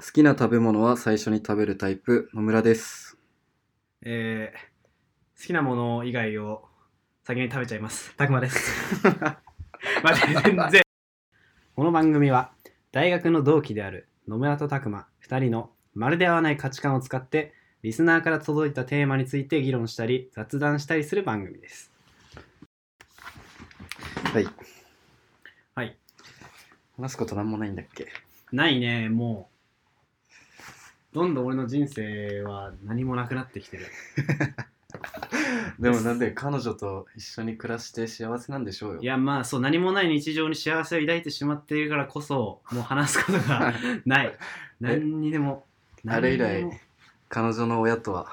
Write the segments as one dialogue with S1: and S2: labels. S1: 好きな食べ物は最初に食べるタイプ、野村です。
S2: えー好きなもの以外を先に食べちゃいます。たくま です。まあ全然。この番組は大学の同期である野村とたくま2人のまるで合わない価値観を使ってリスナーから届いたテーマについて議論したり雑談したりする番組です。
S1: はい。
S2: はい。
S1: 話すことなんもないんだっけ
S2: ないね、もう。どんどん俺の人生は何もなくなってきてる。
S1: でもなんで彼女と一緒に暮らして幸せなんでしょうよ。
S2: いやまあそう何もない日常に幸せを抱いてしまっているからこそもう話すことがない何にでも
S1: あれ以来
S2: 何にでも
S1: 彼女の親とは。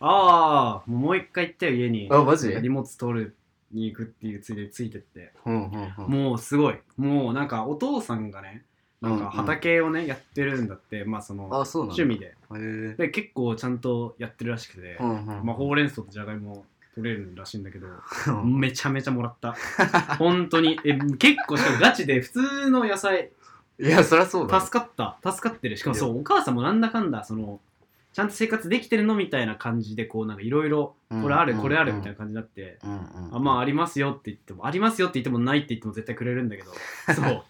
S2: ああもう一回行ったよ家に
S1: あ、マジ
S2: 荷物取るに行くっていうついでついてって
S1: うんうんうん。
S2: もうすごいもうなんかお父さんがねなん
S1: うんう
S2: か
S1: ん
S2: 畑をねやってるんだってまあその
S1: あ、そうなんだ。
S2: 趣味
S1: へ
S2: で
S1: ー
S2: で結構ちゃんとやってるらしくて
S1: うんうん。
S2: まあほうれん草とじゃがいも取れるらしいんだけど
S1: うん
S2: めちゃめちゃもらった。本当に。え、結構、しかもガチで、普通の野菜、
S1: いや、そりゃそうだ。
S2: 助かった。助かってる。しかもそう、お母さんもなんだかんだ、その、ちゃんと生活できてるのみたいな感じで、こう、なんかいろいろ、
S1: うん
S2: これある、これある
S1: うん
S2: みたいな感じになって、
S1: うんうん。
S2: あ、まあ、ありますよって言っても、ありますよって言っても、ないって言っても絶対くれるんだ けど、そう、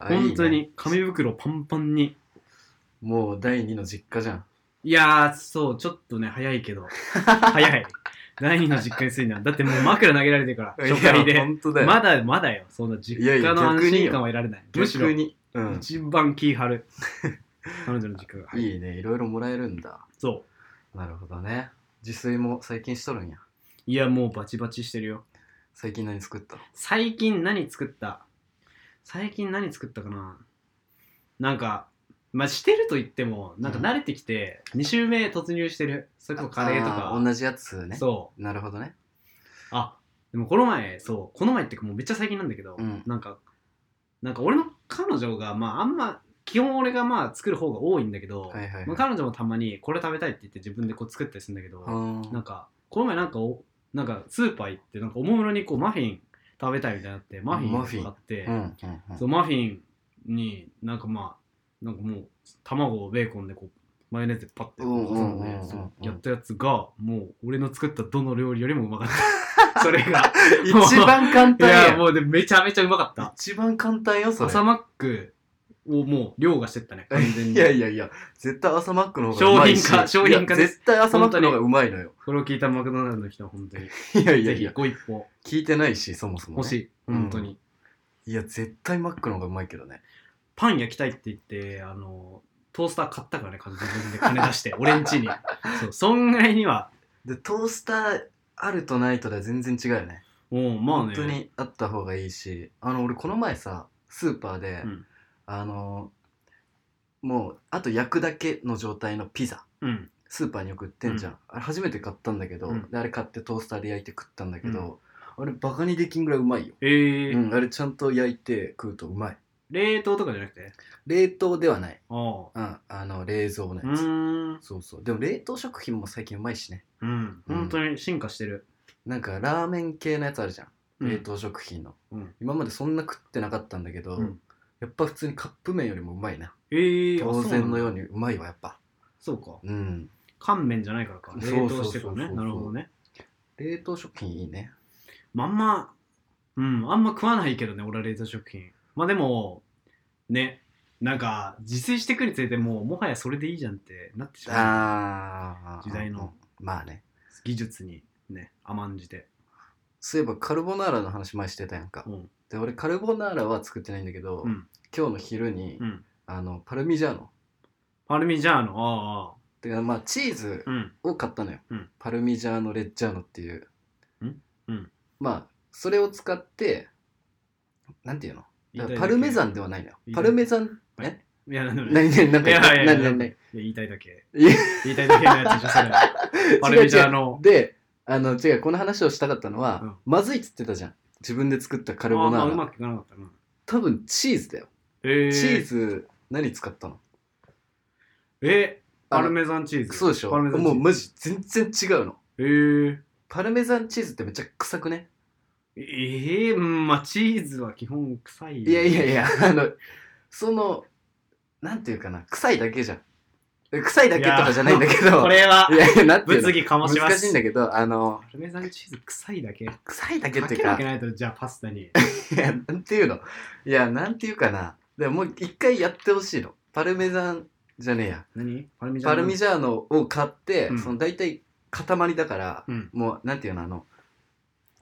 S1: あ
S2: 本当。
S1: いいね
S2: に、紙袋パンパンに。
S1: もう第二の実家じゃん。
S2: いやー、そう、ちょっとね、早い けど、早い。第二の実家にするには、だってもう枕投げられてるから、初回
S1: いや
S2: で。
S1: 本当だよ。
S2: まだまだよ、そんな実
S1: いや
S2: 家
S1: いや
S2: の
S1: 逆
S2: 安
S1: によ
S2: 心感は得られない。むしろ
S1: 逆、に。うん。
S2: 一番気張る。彼女の実家が。
S1: いいね。いろいろもらえるんだ。
S2: そう。
S1: なるほどね。自炊も最近しとるんや。
S2: いや、もうバチバチしてるよ。
S1: 最近何作った
S2: 最近何作った最近何作ったかななんか、まあ、してると言っても、なんか慣れてきて、2週目突入してる。それこそカレーと
S1: あ
S2: か。
S1: 同じやつね。
S2: そ
S1: なるほどね。
S2: う。あ、でもこの前、そう、この前っていうかもうめっちゃ最近なんだけど、
S1: うん
S2: なんか、なんか俺の彼女が、まあ、あんま、基本俺がまあ作る方が多いんだけど、
S1: はいはいはい
S2: まあ、彼女もたまにこれ食べたいって言って自分でこう作ったりするんだけど、
S1: うん
S2: なんかこの前なんかおなんかスーパー行ってなんかおもむろにこうマフィン食べたいみたいになってマフ
S1: マフィ
S2: ィ
S1: ン
S2: ン買って、
S1: うんうんうん
S2: そうマフィンになんかまあなんかもう卵をベーコンでこうマヨネーズでパッて挟ん
S1: うんうんうんうんうん
S2: でそうやったやつがもう俺の作ったどの料理よりもうまかった それが
S1: 一番簡
S2: い
S1: 単や
S2: やもうでめちゃめちゃうまかった
S1: 一番簡単よ、そ
S2: 朝
S1: れ。
S2: マックをもう凌駕してったね完全に
S1: いやいやいや、絶対朝マックの方がうまいし。
S2: 商品化商品化
S1: いや
S2: です
S1: 絶対朝マックの方がうまいのよ。
S2: これを聞いたマクドナルドの人は本当に
S1: いやいや
S2: ぜ
S1: い
S2: ひ
S1: や、
S2: ご一歩
S1: 聞いてないし、そもそも、ね。
S2: 欲しい
S1: うん
S2: 本当に、
S1: いや、絶対マックの方がうまいけどね。
S2: パン焼きたいって言ってあのトースター買ったからね自分で金 出して俺ん家にそうそんぐらいには
S1: で、トースターあるとないとでは全然違うよね。
S2: もうまあ
S1: 本
S2: ね
S1: 当にあった方がいいし、あの、俺この前さ、スーパーで、
S2: うん
S1: あの、もう、あと焼くだけの状態のピザ。
S2: うん
S1: スーパーによく売ってんじゃん、
S2: う
S1: あれ初めて買ったんだけど、
S2: うん
S1: であれ買ってトースターで焼いて食ったんだけど、あれバカにできんぐらいうまいよ、
S2: えー
S1: うん、あれちゃんと焼いて食うとうまい
S2: 冷凍とかじゃなくて
S1: 冷凍ではない、
S2: あ
S1: う
S2: あ
S1: ん、あの冷蔵の
S2: う
S1: やつ、
S2: ーん
S1: そうそうでも冷凍食品も最近うまいしね
S2: うん本当に進化してる、
S1: なんかラーメン系のやつあるじゃん、
S2: うん
S1: 冷凍食品の、
S2: うん
S1: 今までそんな食ってなかったんだけど、
S2: うん
S1: やっぱ普通にカップ麺よりもうまいな
S2: えー、あ
S1: 当然のよ
S2: そう
S1: うにうまいわやっぱ
S2: そうか
S1: うん
S2: 乾麺じゃないからか冷
S1: そうそうそう
S2: 凍してるからねなるほどね
S1: 冷凍食品いいね
S2: まああんまうんあんま食わないけどね俺は冷凍食品まあでもねなんか自炊してくにつれてもうもはやそれでいいじゃんってなってしまう
S1: ああ
S2: 時代の
S1: まあね
S2: 技術にね甘んじて
S1: そういえばカルボナーラの話前してたやんか、
S2: うん
S1: で俺カルボナーラは作ってないんだけど、
S2: うん
S1: 今日の昼に、
S2: うん
S1: あのパルミジャーノ
S2: パルミジャーノああ
S1: てかまあチーズ
S2: ああうん
S1: を買ったのよ、
S2: うん
S1: パルミジャーノレッジャーノっていう、
S2: んうん
S1: まあそれを使ってなんていうのだからパルメザンではないのよ
S2: 言い
S1: パ
S2: たい
S1: ルメザンえ
S2: いや何
S1: 何何何
S2: いやいやいや
S1: 何何何
S2: 言いたいだけ
S1: いや
S2: 言いたいだけのやつじゃそれパルミジャーノ
S1: であの違うこの話をしたかったのは、
S2: うん
S1: まずいっつってたじゃん自分で作ったカ
S2: カ
S1: ルボナ
S2: ああ
S1: ー
S2: う
S1: ラ
S2: まくいかなかったな
S1: 多分チーズだよ
S2: えー、
S1: チーズ何使ったの
S2: えパル
S1: メ
S2: メザンチーズ
S1: そうでしょ
S2: パルメザンチ
S1: も
S2: ー
S1: う
S2: ズ
S1: マジ全然違うの
S2: えー、
S1: パルメザンチーズってめっちゃ臭くね
S2: えー、うんまあチーズは基本臭い
S1: いやいやい
S2: や
S1: やあのそのなんていうかな、臭いだけじゃん。え臭いだけとかじゃないんだけど、
S2: これはい
S1: やいや、なんていう
S2: 物
S1: の
S2: 議かもします
S1: 難しいんだけど、あの、
S2: パルメザンチーズ臭いだけか
S1: 臭いだけ
S2: け
S1: っていう
S2: な
S1: か
S2: きゃ、ないとじゃあパスタに
S1: いや、なんていうのいや、なんていうかな。でももう一回やってほしいの。パルメザンじゃねえや。
S2: 何パルミジャー
S1: パ
S2: ノ
S1: ルミジャーノを買って、
S2: うん
S1: その大体塊だから、
S2: うん
S1: もうなんていうのあの、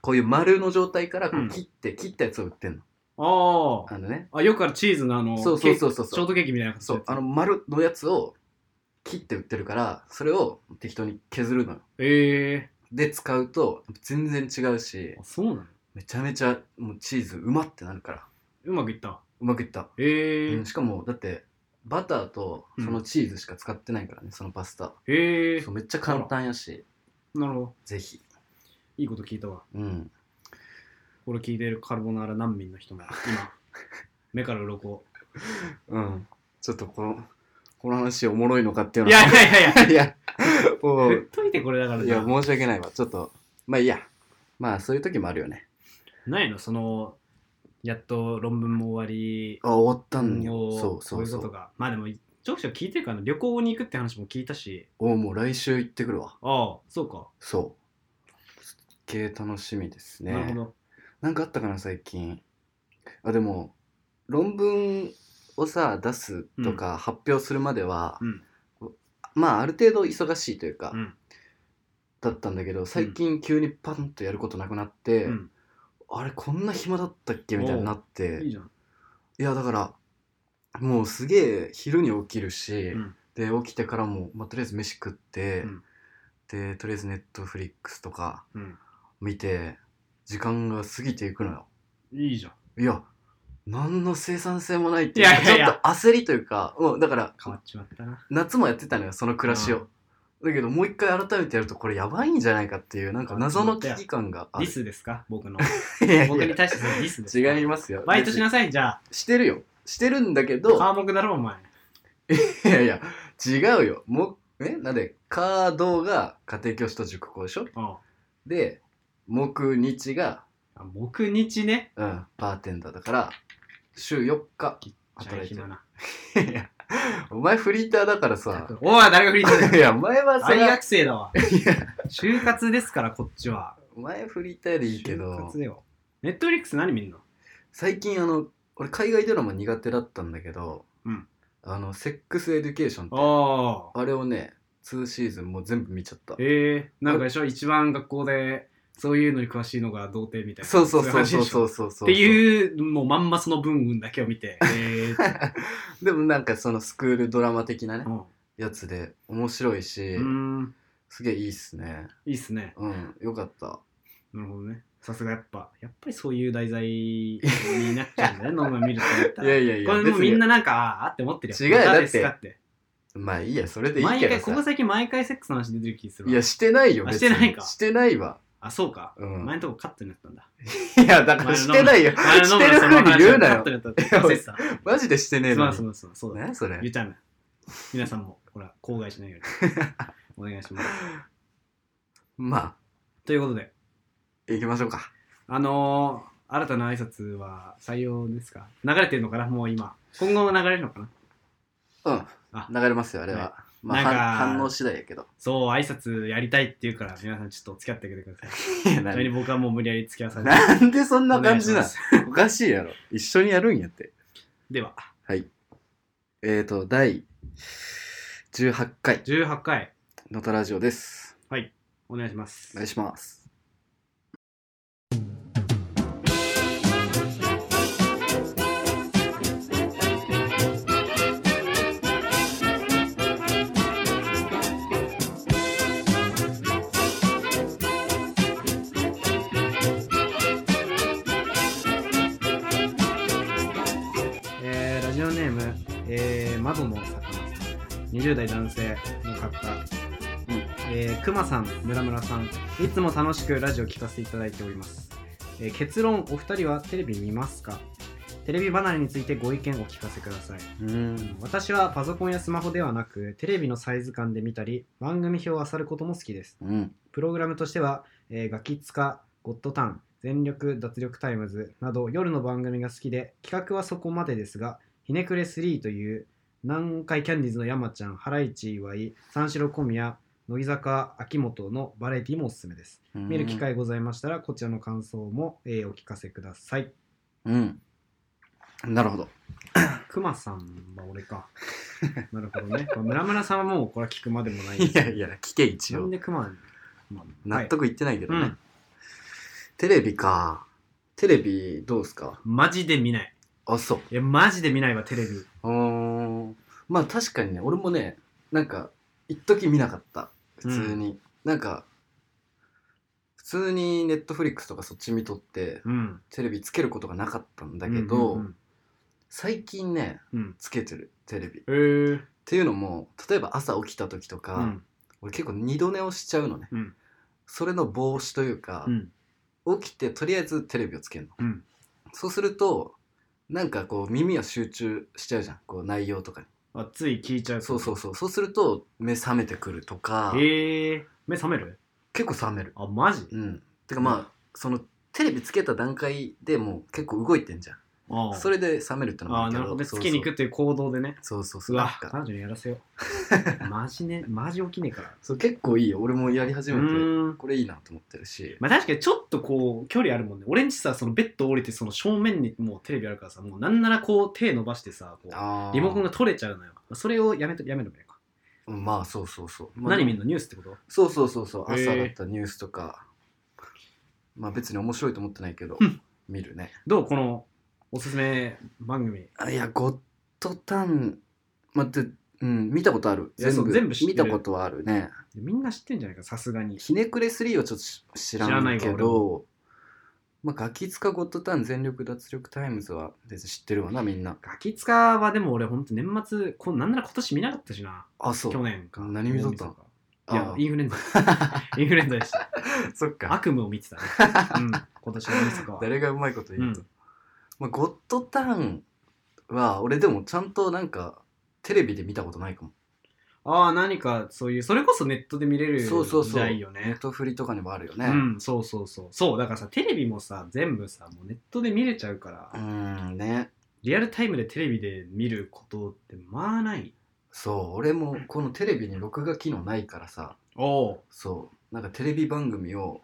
S1: こういう丸の状態からこ
S2: うん
S1: う切って、切ったやつを売ってんの。
S2: あー
S1: あのね。
S2: あよくあるチーズのあの
S1: そうそうそうそう
S2: ケーキショートケーキみたいな感じ
S1: そう、あの丸のやつを切って売ってるから、それを適当に削るのよ。
S2: え
S1: で、使うと全然違うし
S2: ー、、あそうなの
S1: めちゃめちゃもうチーズうまってなるから。
S2: うまくいった
S1: うまくいった。
S2: えー
S1: うんしかもだってバターとそのチーズしか使ってないからね、そのパスタ
S2: え
S1: そうめっちゃ簡単やし
S2: ー、なるほど
S1: ぜひ
S2: いいこと聞いたわ
S1: うん
S2: これ聞いてるカルボナーラ難民の人も今 目から鱗
S1: うんちょっとこのこの話おもろいのかっていう
S2: い
S1: のは
S2: やいやいやいや
S1: いやいやも
S2: 振っ
S1: う
S2: といてこれだから
S1: いや申し訳ないわちょっとまあいいやまあそういう時もあるよね
S2: ないのそのやっと論文も終わり
S1: あ終わったん
S2: も
S1: よ
S2: う
S1: そう
S2: こ
S1: そうう
S2: いう
S1: そ
S2: こと
S1: う
S2: がまあでもちょくちょく聞いてるからな旅行に行くって話も聞いたし
S1: おもう来週行ってくるわ
S2: ああそうか、
S1: そうすっげえ楽しみですね
S2: なるほど
S1: なんかあったかな最近あでも論文をさ出すとか発表するまでは、
S2: うん
S1: まあある程度忙しいというか、
S2: うん
S1: だったんだけど最近急にパンとやることなくなって、
S2: うん
S1: あれこんな暇だったっけみたいになって
S2: いいじゃん
S1: いやだからもうすげえ昼に起きるし、
S2: うん
S1: で起きてからも、まあ、とりあえず飯食って、
S2: うん
S1: でとりあえずネットフリックスとか
S2: うん
S1: 見て時間が過ぎていくのよ。
S2: いいじゃん
S1: いや、何の生産性もないっていうか
S2: いやいやいや
S1: ちょっと焦りというか、もうだから、
S2: 変わっちまったな
S1: 夏もやってたのよ、その暮らしを。だけど、もう一回改めてやると、これやばいんじゃないかっていう、なんか謎の危機感があ
S2: ディ
S1: る。
S2: スですか僕の
S1: いやい
S2: 僕に
S1: や
S2: 対してそのディスですか
S1: 違いますよ。
S2: バイトしなさいじゃあ
S1: 別にしてるよ。してるんだけど、
S2: 科目だろお前
S1: いやいや、違うよ。もう、えなんで、カードが家庭教師と塾講でしょ
S2: あ
S1: で、木日が、
S2: あ木日ね
S1: うん、バーテンダーだから、週4日働いて
S2: じゃ
S1: る
S2: あ暇。ない
S1: や、お前フリーターだからさ、
S2: おい誰がフリーターだよ
S1: いや、お前は そ
S2: 大
S1: れは
S2: 学生だわ就活ですからこっちは
S1: お前フリーターでいいけ
S2: 就
S1: ど
S2: 活、だよネットフリックス何見んの
S1: 最近あの、俺海外ドラマ苦手だったんだけど、
S2: うん
S1: あの、セックスエデュケーションって、
S2: ああ
S1: あれをね、2シーズンもう全部見ちゃった。
S2: えー、なんかでしょ一番学校でそういうのに詳しいのが童貞みたいな
S1: そうそうそう
S2: い話
S1: そ
S2: で
S1: う
S2: し
S1: そ
S2: ょ
S1: うそうそう。
S2: っていうもうまんまその文文だけを見て、え ー
S1: でもなんかそのスクールドラマ的なね、
S2: うん
S1: やつで面白いし、
S2: うーん
S1: すげえいいっすね。
S2: いいっすね
S1: うん、よかった。
S2: なるほどねさすがやっぱやっぱりそういう題材になっちゃうん だねノーマル見るとやった
S1: い
S2: ら
S1: やいやいや、
S2: これもうみんななんかあーあって思ってる
S1: 違うよ
S2: ま
S1: だって
S2: ですかって
S1: 別にまあいいや、それでいい
S2: 毎
S1: けど
S2: 回ここ
S1: さ。
S2: 最近毎回セックスの話出てる気するわ
S1: いや、してないよ、
S2: あ
S1: 別
S2: して
S1: に
S2: ないか
S1: してないわ。
S2: あそうか、
S1: うん
S2: 前のとこカットになったんだ
S1: いや、だからしてないよ。
S2: 前 の
S1: してる風に言うな
S2: カッ
S1: よ
S2: ト。になっ たって忘れてた
S1: マジでしてねえ
S2: す
S1: の
S2: まん
S1: に
S2: す。まんすまんそうだ
S1: 何それ
S2: 言っちゃうな皆さんもほら口外 しないようにお願いします
S1: ま
S2: ということで
S1: あ、行きましょうか。
S2: あのー、新たな挨拶は採用ですか流れてるのかなもう今今後も流れるのかな
S1: うん。
S2: あ
S1: 流れますよ、あれは。
S2: はい
S1: まあ
S2: なんか
S1: 反、反応次第やけ ど。
S2: そう挨拶やりたいって言うから皆さんちょっとお付き合ってあげてください
S1: いや
S2: それに僕はもう無理やり付き合わされて
S1: なんでそんな
S2: お願
S1: 感
S2: いし
S1: じ
S2: ま
S1: な
S2: す
S1: のおかしいやろ。一緒にやるんやって。
S2: では
S1: はい。えーと、第18回、
S2: 18回
S1: のたラジオです。
S2: お願いします
S1: お願いします。
S2: えー、ラジオネーム、えー、窓の魚20代男性の方、えー、くまさんムラムラさんいつも楽しくラジオ聞かせていただいております、えー結論お二人はテレビ見ますかテレビ離れについてご意見をお聞かせください
S1: うん。
S2: 私はパソコンやスマホではなくテレビのサイズ感で見たり番組表を漁ることも好きです
S1: うん。
S2: プログラムとしては、えーガキツカ、ゴッドタン、全力脱力タイムズなど夜の番組が好きで、企画はそこまでですが、ひねくれ3という南海キャンディーズの山ちゃん、ハライチ岩井、三四郎小宮、乃木坂秋元のバラエティもおすすめです。
S1: うん
S2: 見る機会ございましたら、こちらの感想も、えーお聞かせください。
S1: うんなるほど
S2: くまさんは俺か。 なるほどね。まあ村村さんはもうこれは聞くまでもない。
S1: いやいや聞け一
S2: なん
S1: 応
S2: でくま、まあ
S1: 納得いってないけど
S2: は
S1: ね、
S2: いうん。
S1: テレビかテレビどうっすか
S2: マジで見ない。
S1: あそう
S2: いや、マジで見ないわ、テレビ。
S1: うーんまあ確かにね俺もねなんか一時見なかった普通に、なんか普通にネットフリックスとかそっち見とって
S2: うん。
S1: テレビつけることがなかったんだけど、
S2: うん
S1: 最近ね
S2: うん
S1: つけてるテレビっ
S2: うんうん。へえ。
S1: ていうのも例えば朝起きた時とか、
S2: うん。
S1: 俺結構二度寝をしちゃうのね
S2: うん。
S1: それの防止というか
S2: う、ん。
S1: 起きてとりあえずテレビをつけるの
S2: うん。
S1: そうするとなんかこう耳は集中しちゃうじゃんこう内容とかに
S2: あ、つい聞いちゃう。
S1: そうそうそうそうすると目覚めてくるとか
S2: へえ。目覚める
S1: 結構覚める
S2: あ、マジ
S1: うんてかまあ、そのテレビつけた段階でもう結構動いてんじゃん
S2: ああ
S1: それで覚めるってのも
S2: あ
S1: あ
S2: あ、
S1: るけど
S2: なるほどね。
S1: そ
S2: つ
S1: う
S2: けに行くっていう行動でね。
S1: そうそうそうそううなん
S2: わ、
S1: か
S2: 彼女にやらせよ う。マジね、マジ起きねえから。
S1: そう結構いいよ俺もやり始
S2: う
S1: めて
S2: ーん。
S1: これいいなと思ってるし
S2: まあ確かにちょっとこう距離あるもんね。俺んちさ、そのベッド降りてその正面にもうテレビあるからさ、もうなんならこう手伸ばしてさ、こう
S1: あー
S2: リモコンが取れちゃうのよ。それをやめとやめるのか。
S1: うんまあそうそうそう、まあ
S2: 何見んのニュースってこと
S1: そうそうそうそう
S2: へー
S1: 朝だったニュースとかまあ別に面白いと思ってないけど
S2: うん
S1: 見るね
S2: どうこのおすすめ番組。
S1: あいやゴッドタン待ってうん見たことある
S2: いや
S1: 全
S2: そう
S1: 部
S2: 全部知ってる
S1: 見たことはあるね
S2: みんな知ってんじゃないか、さすがに。
S1: ひねくれ3はちょっとし知ら
S2: 知らな
S1: ないい
S2: わ
S1: け
S2: 俺
S1: どまあガキ使ゴッドタン全力脱力タイムズは別に知ってるわなみんな
S2: ガキツカはでも俺ほんと年末、こなんなら今年見なかったしな。
S1: あそ
S2: 去
S1: う
S2: 年か。
S1: 何見とったの
S2: いや
S1: あ、
S2: インフルエンザ。 インフルエンザでした。
S1: そっか
S2: 悪夢を見てたね。うん、今年の大晦日は。
S1: 誰がうまいこと言うと、
S2: うん
S1: まあ、ゴッドタンは俺でもちゃんとなんかテレビで見たことないかも
S2: ああ、何かそういう、それこそネットで見れる
S1: そうそうそう
S2: 時代よ
S1: ネッ
S2: ね。
S1: トフリとかにもあるよ
S2: う
S1: ね
S2: ん、そうそうそう。そう、だからさ、テレビもさ、全部さ、もうネットで見れちゃうから、
S1: うんね
S2: リアルタイムでテレビで見ることってまあない。
S1: そう俺もこのテレビに録画機能ないからさ
S2: おお。
S1: そうなんかテレビ番組を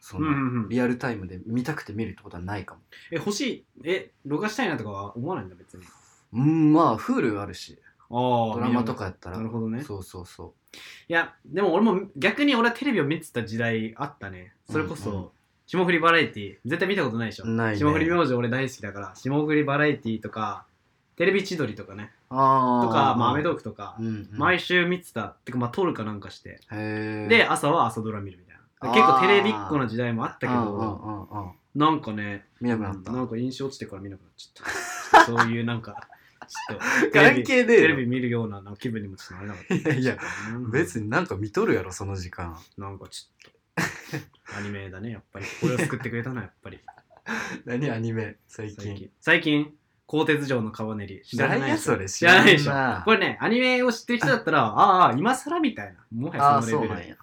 S1: そ
S2: うん
S1: の、
S2: うんうん。
S1: リアルタイムで見たくて見るってことはないかも
S2: え、欲しい、え、録画したいなとかは思わないんだ、別に。
S1: うんまあ Hulu あるし
S2: ああ。
S1: ドラマとかやったら
S2: なるほどね。
S1: そうそうそう
S2: いや、でも俺も逆に俺はテレビを見てた時代あったね。それ
S1: う
S2: こ
S1: んうん
S2: そ、霜降りバラエティ、絶対見たことないでしょ。
S1: ないね
S2: 霜降り明星俺大好きだから、霜降りバラエティとか、テレビ千鳥とかね、
S1: あ
S2: とか、まあ、アメ
S1: ド
S2: トークとか、
S1: うん、うん、へ
S2: 毎週見てた。てか、まあ、撮るかなんかして。
S1: え
S2: で、朝は朝ドラ見るみたいな。
S1: あー
S2: 結構テレビっ子の時代もあったけ
S1: うんうん
S2: ど、
S1: うんうん
S2: なんかね、
S1: 見なくなった、
S2: なんか印象落ちてから見なくなっちゃっ た。ちょっとそういうなんか、ちょっと、テレビ
S1: 関係ねえよ
S2: テレビ見るような気分にもちょっとなれなかった。
S1: いやいや
S2: うん
S1: 別になんか見とるやろその時間
S2: なんかちょっとアニメだねやっぱりこれを救ってくれたなやっぱり
S1: 何アニメ 最近
S2: 最近最近鋼鉄城の川練り知らない
S1: 何や
S2: でしょ
S1: それ
S2: 知らないでし
S1: 知らん
S2: ょ
S1: な
S2: これねアニメを知ってる人だったらああ今更みたいなもは
S1: あ
S2: や
S1: あ
S2: そ
S1: そ
S2: の
S1: う
S2: レベ
S1: な
S2: ル
S1: んや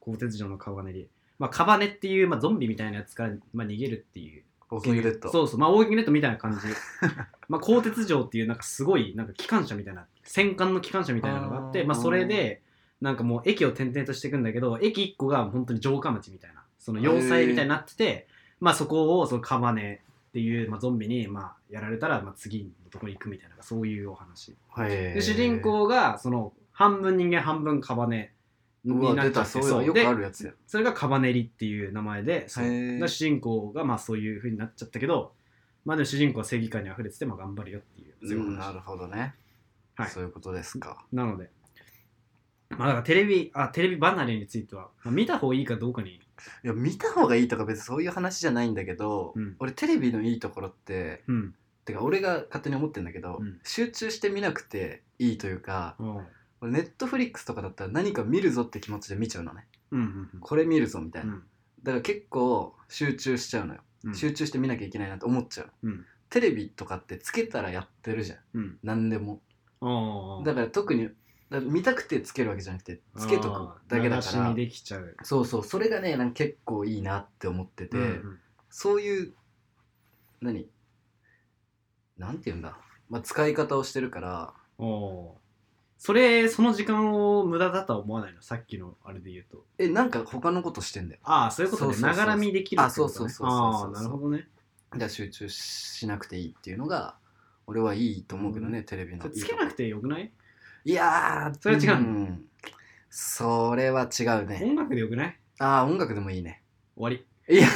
S2: 鋼鉄城の川練りまあカバネっていう、まあ、ゾンビみたいなやつから、まあ、逃げるっていう
S1: ウォーキングデッド
S2: そうそうまあウォーキングネットみたいな感じ まあ鋼鉄城っていうなんかすごいなんか機関車みたいな戦艦の機関車みたいなのがあっ
S1: あ
S2: て
S1: ー
S2: まあそれでなんかもう駅を転々としていくんだけど駅1個が本当に城下町みたいなその要塞みたいになっててまあそこをそのカバネっていう、まあ、ゾンビにまあやられたらまあ次のとこに行くみたいなそういうお話
S1: へ
S2: で
S1: え
S2: 主人公がその半分人間半分カバネ
S1: う
S2: に
S1: わ
S2: なっ
S1: 出
S2: ち
S1: た
S2: ゃって
S1: そういうよ
S2: で
S1: くあるやつや
S2: それがカバネリっていう名前でそう
S1: へー
S2: だ主人公がまあそういうふうになっちゃったけどまあでも主人公は正義感にあふれててまあ頑張るよっていうそういううん
S1: な
S2: 話
S1: るほどね
S2: はい
S1: そういうことですか
S2: なのでまあだからテレビあテレビ離れについては、まあ、見た方がいいかどうかに
S1: いや見た方がいいとか別にそういう話じゃないんだけど、
S2: うん
S1: 俺テレビのいいところって
S2: うん
S1: てか俺が勝手に思ってんだけど、
S2: うん
S1: 集中して見なくていいというか
S2: うんうん
S1: ネットフリックスとかだったら何か見るぞって気持ちで見ちゃうのね
S2: うん
S1: これ見るぞみたいうな、
S2: ん
S1: だから結構集中しちゃうのよ、
S2: うん
S1: 集中して見なきゃいけないなって思っちゃう
S2: うん
S1: テレビとかってつけたらやってるじゃん
S2: うん
S1: 何でも
S2: あ
S1: だ
S2: か
S1: から特にだから見たくてつけるわけじゃなくてつけとくだけだか
S2: 見
S1: ら
S2: できちゃう
S1: そうそうそれがねなんか結構いいなって思ってて、
S2: うんうん
S1: そういう何なんて言うんだ、まあ、使い方をしてるから
S2: おおそれその時間を無駄だとは思わないのさっきのあれで言うと
S1: えなんか他のことしてんだよ
S2: ああそういうこと
S1: そう
S2: で
S1: そうそう
S2: ながら見できるってこと、ね、
S1: あそうそうそうそうそうそう
S2: ああなるほどね
S1: だから集中しなくていいっていうのが俺はいいと思うけどね、テレビ
S2: そ
S1: の
S2: れつけなくてよくない
S1: いやー
S2: それは違うの
S1: んそれは違うね
S2: 音楽でよくない
S1: ああ音楽でもいいね
S2: 終わり
S1: いや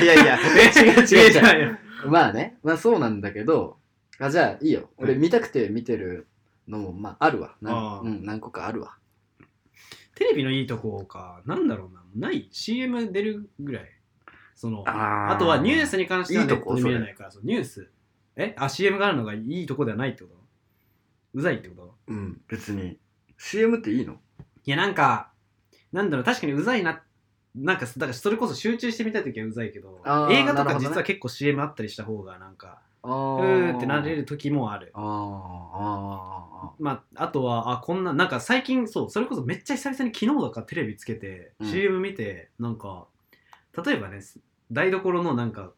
S1: いやい や 違う違う違う
S2: 違う
S1: まあね、まあそうなんだけど、あじゃあいいよ。俺
S2: はい
S1: 見たくて見てるのも、まああるわ。なん
S2: あー
S1: うん、何個かあるわ。
S2: テレビのいいとこかなんだろうなない CM 出るぐらいそのあ
S1: あ
S2: とはニュースに関してはい
S1: い
S2: ネ
S1: と
S2: ッ
S1: こ
S2: トで見れないからそうニュースえあ CM があるのがいいとこではないってことうざいってこと
S1: うん、別に。CM っていいの
S2: いやなんかなんだろう確かにうざいななんかだからそれこそ集中してみたい時はうざいけど
S1: あー
S2: 映画
S1: な
S2: と
S1: る
S2: か
S1: ほどね
S2: 実は結構 CM あったりした方がなんか
S1: あ
S2: う
S1: ー
S2: ーってなれ。る時もある
S1: あーあ
S2: まあ、あとはあこんななんか最近そうそれこそめっちゃ久々に昨日だからテレビつけて、
S1: うん
S2: CM 見てなんか例えばねす台所のなんか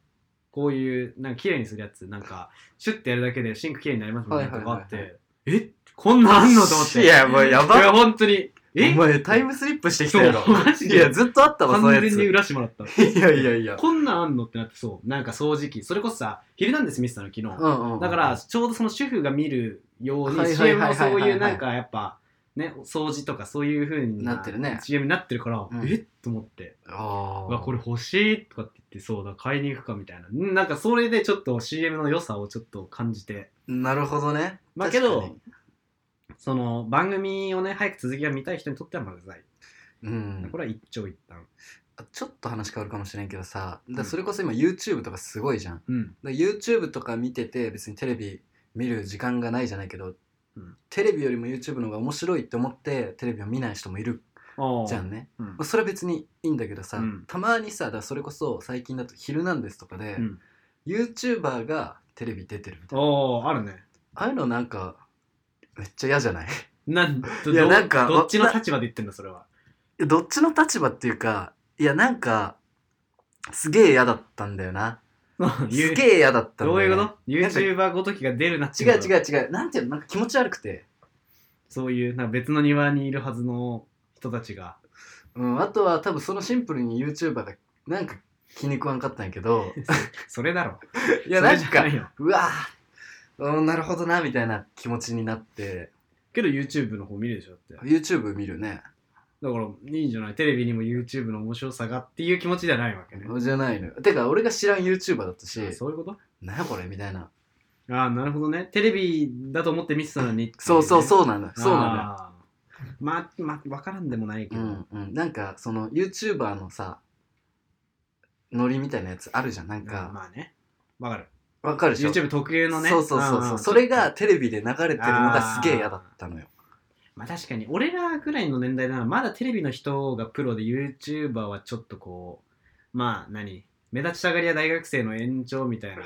S2: こういうなんか綺麗にするやつなんかシュッてやるだけでシンク綺麗になりますみたいなのとかあって、
S1: はい
S2: えこんな
S1: ー
S2: ん
S1: あ
S2: あ
S1: ー。
S2: んのと思って
S1: いや、もうや
S2: いや
S1: ば
S2: 本当にえ
S1: お前タイムスリップしてきたやろ
S2: そうマ。ジ
S1: い
S2: で
S1: や、ずっとあったわ、そう
S2: 完
S1: いうや
S2: 全に
S1: つ。
S2: 裏してもらった
S1: いやいやいや。
S2: こんなんあんのってなってそうなんか掃除機それこそさ「昼なんです」見てたの昨日、
S1: うんうん。
S2: だから、ちょうどその主婦が見るよう
S1: は
S2: に
S1: いはい
S2: CM
S1: はいはいはい
S2: もそういうなんかやっぱね掃除とかそういうふうに
S1: なってるね
S2: CM になってるから、
S1: うん
S2: えっと思って
S1: あ
S2: う
S1: あ。
S2: わこれ欲しいとかって言ってそうだ買いに行くかみたいなうんなんかそれでちょっと CM の良さをちょっと感じて
S1: なるほどね。
S2: まあ
S1: 確かに
S2: けど、その番組をね早く続きが見たい人にとってはまずい、
S1: うん
S2: こ。れは一長一短
S1: あちょっと話変わるかもしれんけどさ、だからそれこそ今 YouTube とかすごいじゃん。
S2: うん
S1: だから YouTube とか見てて別にテレビ見る時間がないじゃないけど、
S2: うん
S1: テレビよりも YouTube の方が面白いって思ってテレビを見ない人もいるじゃんね、
S2: うん
S1: まあ、それは別にいいんだけどさ、
S2: うん
S1: たまにさだからそれこそ最近だと「ヒルナンデス」とかで、
S2: うん
S1: YouTuber がテレビ出てるみたいな
S2: おーあるね
S1: ああいうのなんかめっちゃ嫌じゃない
S2: なんど
S1: いやなんか
S2: どっちの立場で言ってんだそれは
S1: どっちの立場っていうかいやなんかすげえ嫌だったんだよな すげえ嫌だったんだ
S2: ど
S1: よ
S2: う
S1: ね、
S2: いうこと ?YouTuber ごときが出るなって
S1: 違う
S2: う。
S1: 違う違うなんていうのなんか気持ち悪くて
S2: そういう、なんか別の庭にいるはずの人たちが。
S1: うん、あとは多分そのシンプルに YouTuber がなんか気に食わんかったんやけ ど
S2: それだろ。
S1: いやなん
S2: それじゃ
S1: か
S2: ないよ。
S1: うわーうんなるほどなみたいな気持ちになって
S2: けど YouTube の方見るでしょって。だか
S1: YouTube 見るね
S2: ら、いいんじゃないテレビにも YouTube の面白さがっていう気持ちじゃないわけね。
S1: じゃないのよてか俺が知らん YouTuber だったし
S2: あそういうこと
S1: なんやこれみたいな
S2: ああ、なるほどね。テレビだと思って見てたのにっていね、
S1: そうそう
S2: う。
S1: そうなのよそうなのよ
S2: なのまあ、まあ、わからんでもないけ
S1: う
S2: ど。
S1: んうんなんかその YouTuber のさノリみたいなやつあるじゃんなん
S2: まあ
S1: か
S2: まあね。わかる。
S1: わかるでしょ
S2: YouTube 特有のね。
S1: そうそうそう
S2: あ
S1: そ
S2: あ
S1: うそれが、テレビで流れてるのがすげえ嫌だったのよ
S2: まあ確かに俺らぐらいの年代ならまだテレビの人がプロで YouTuber はちょっとこうまあ何目立ちたがりや大学生の延長み たいな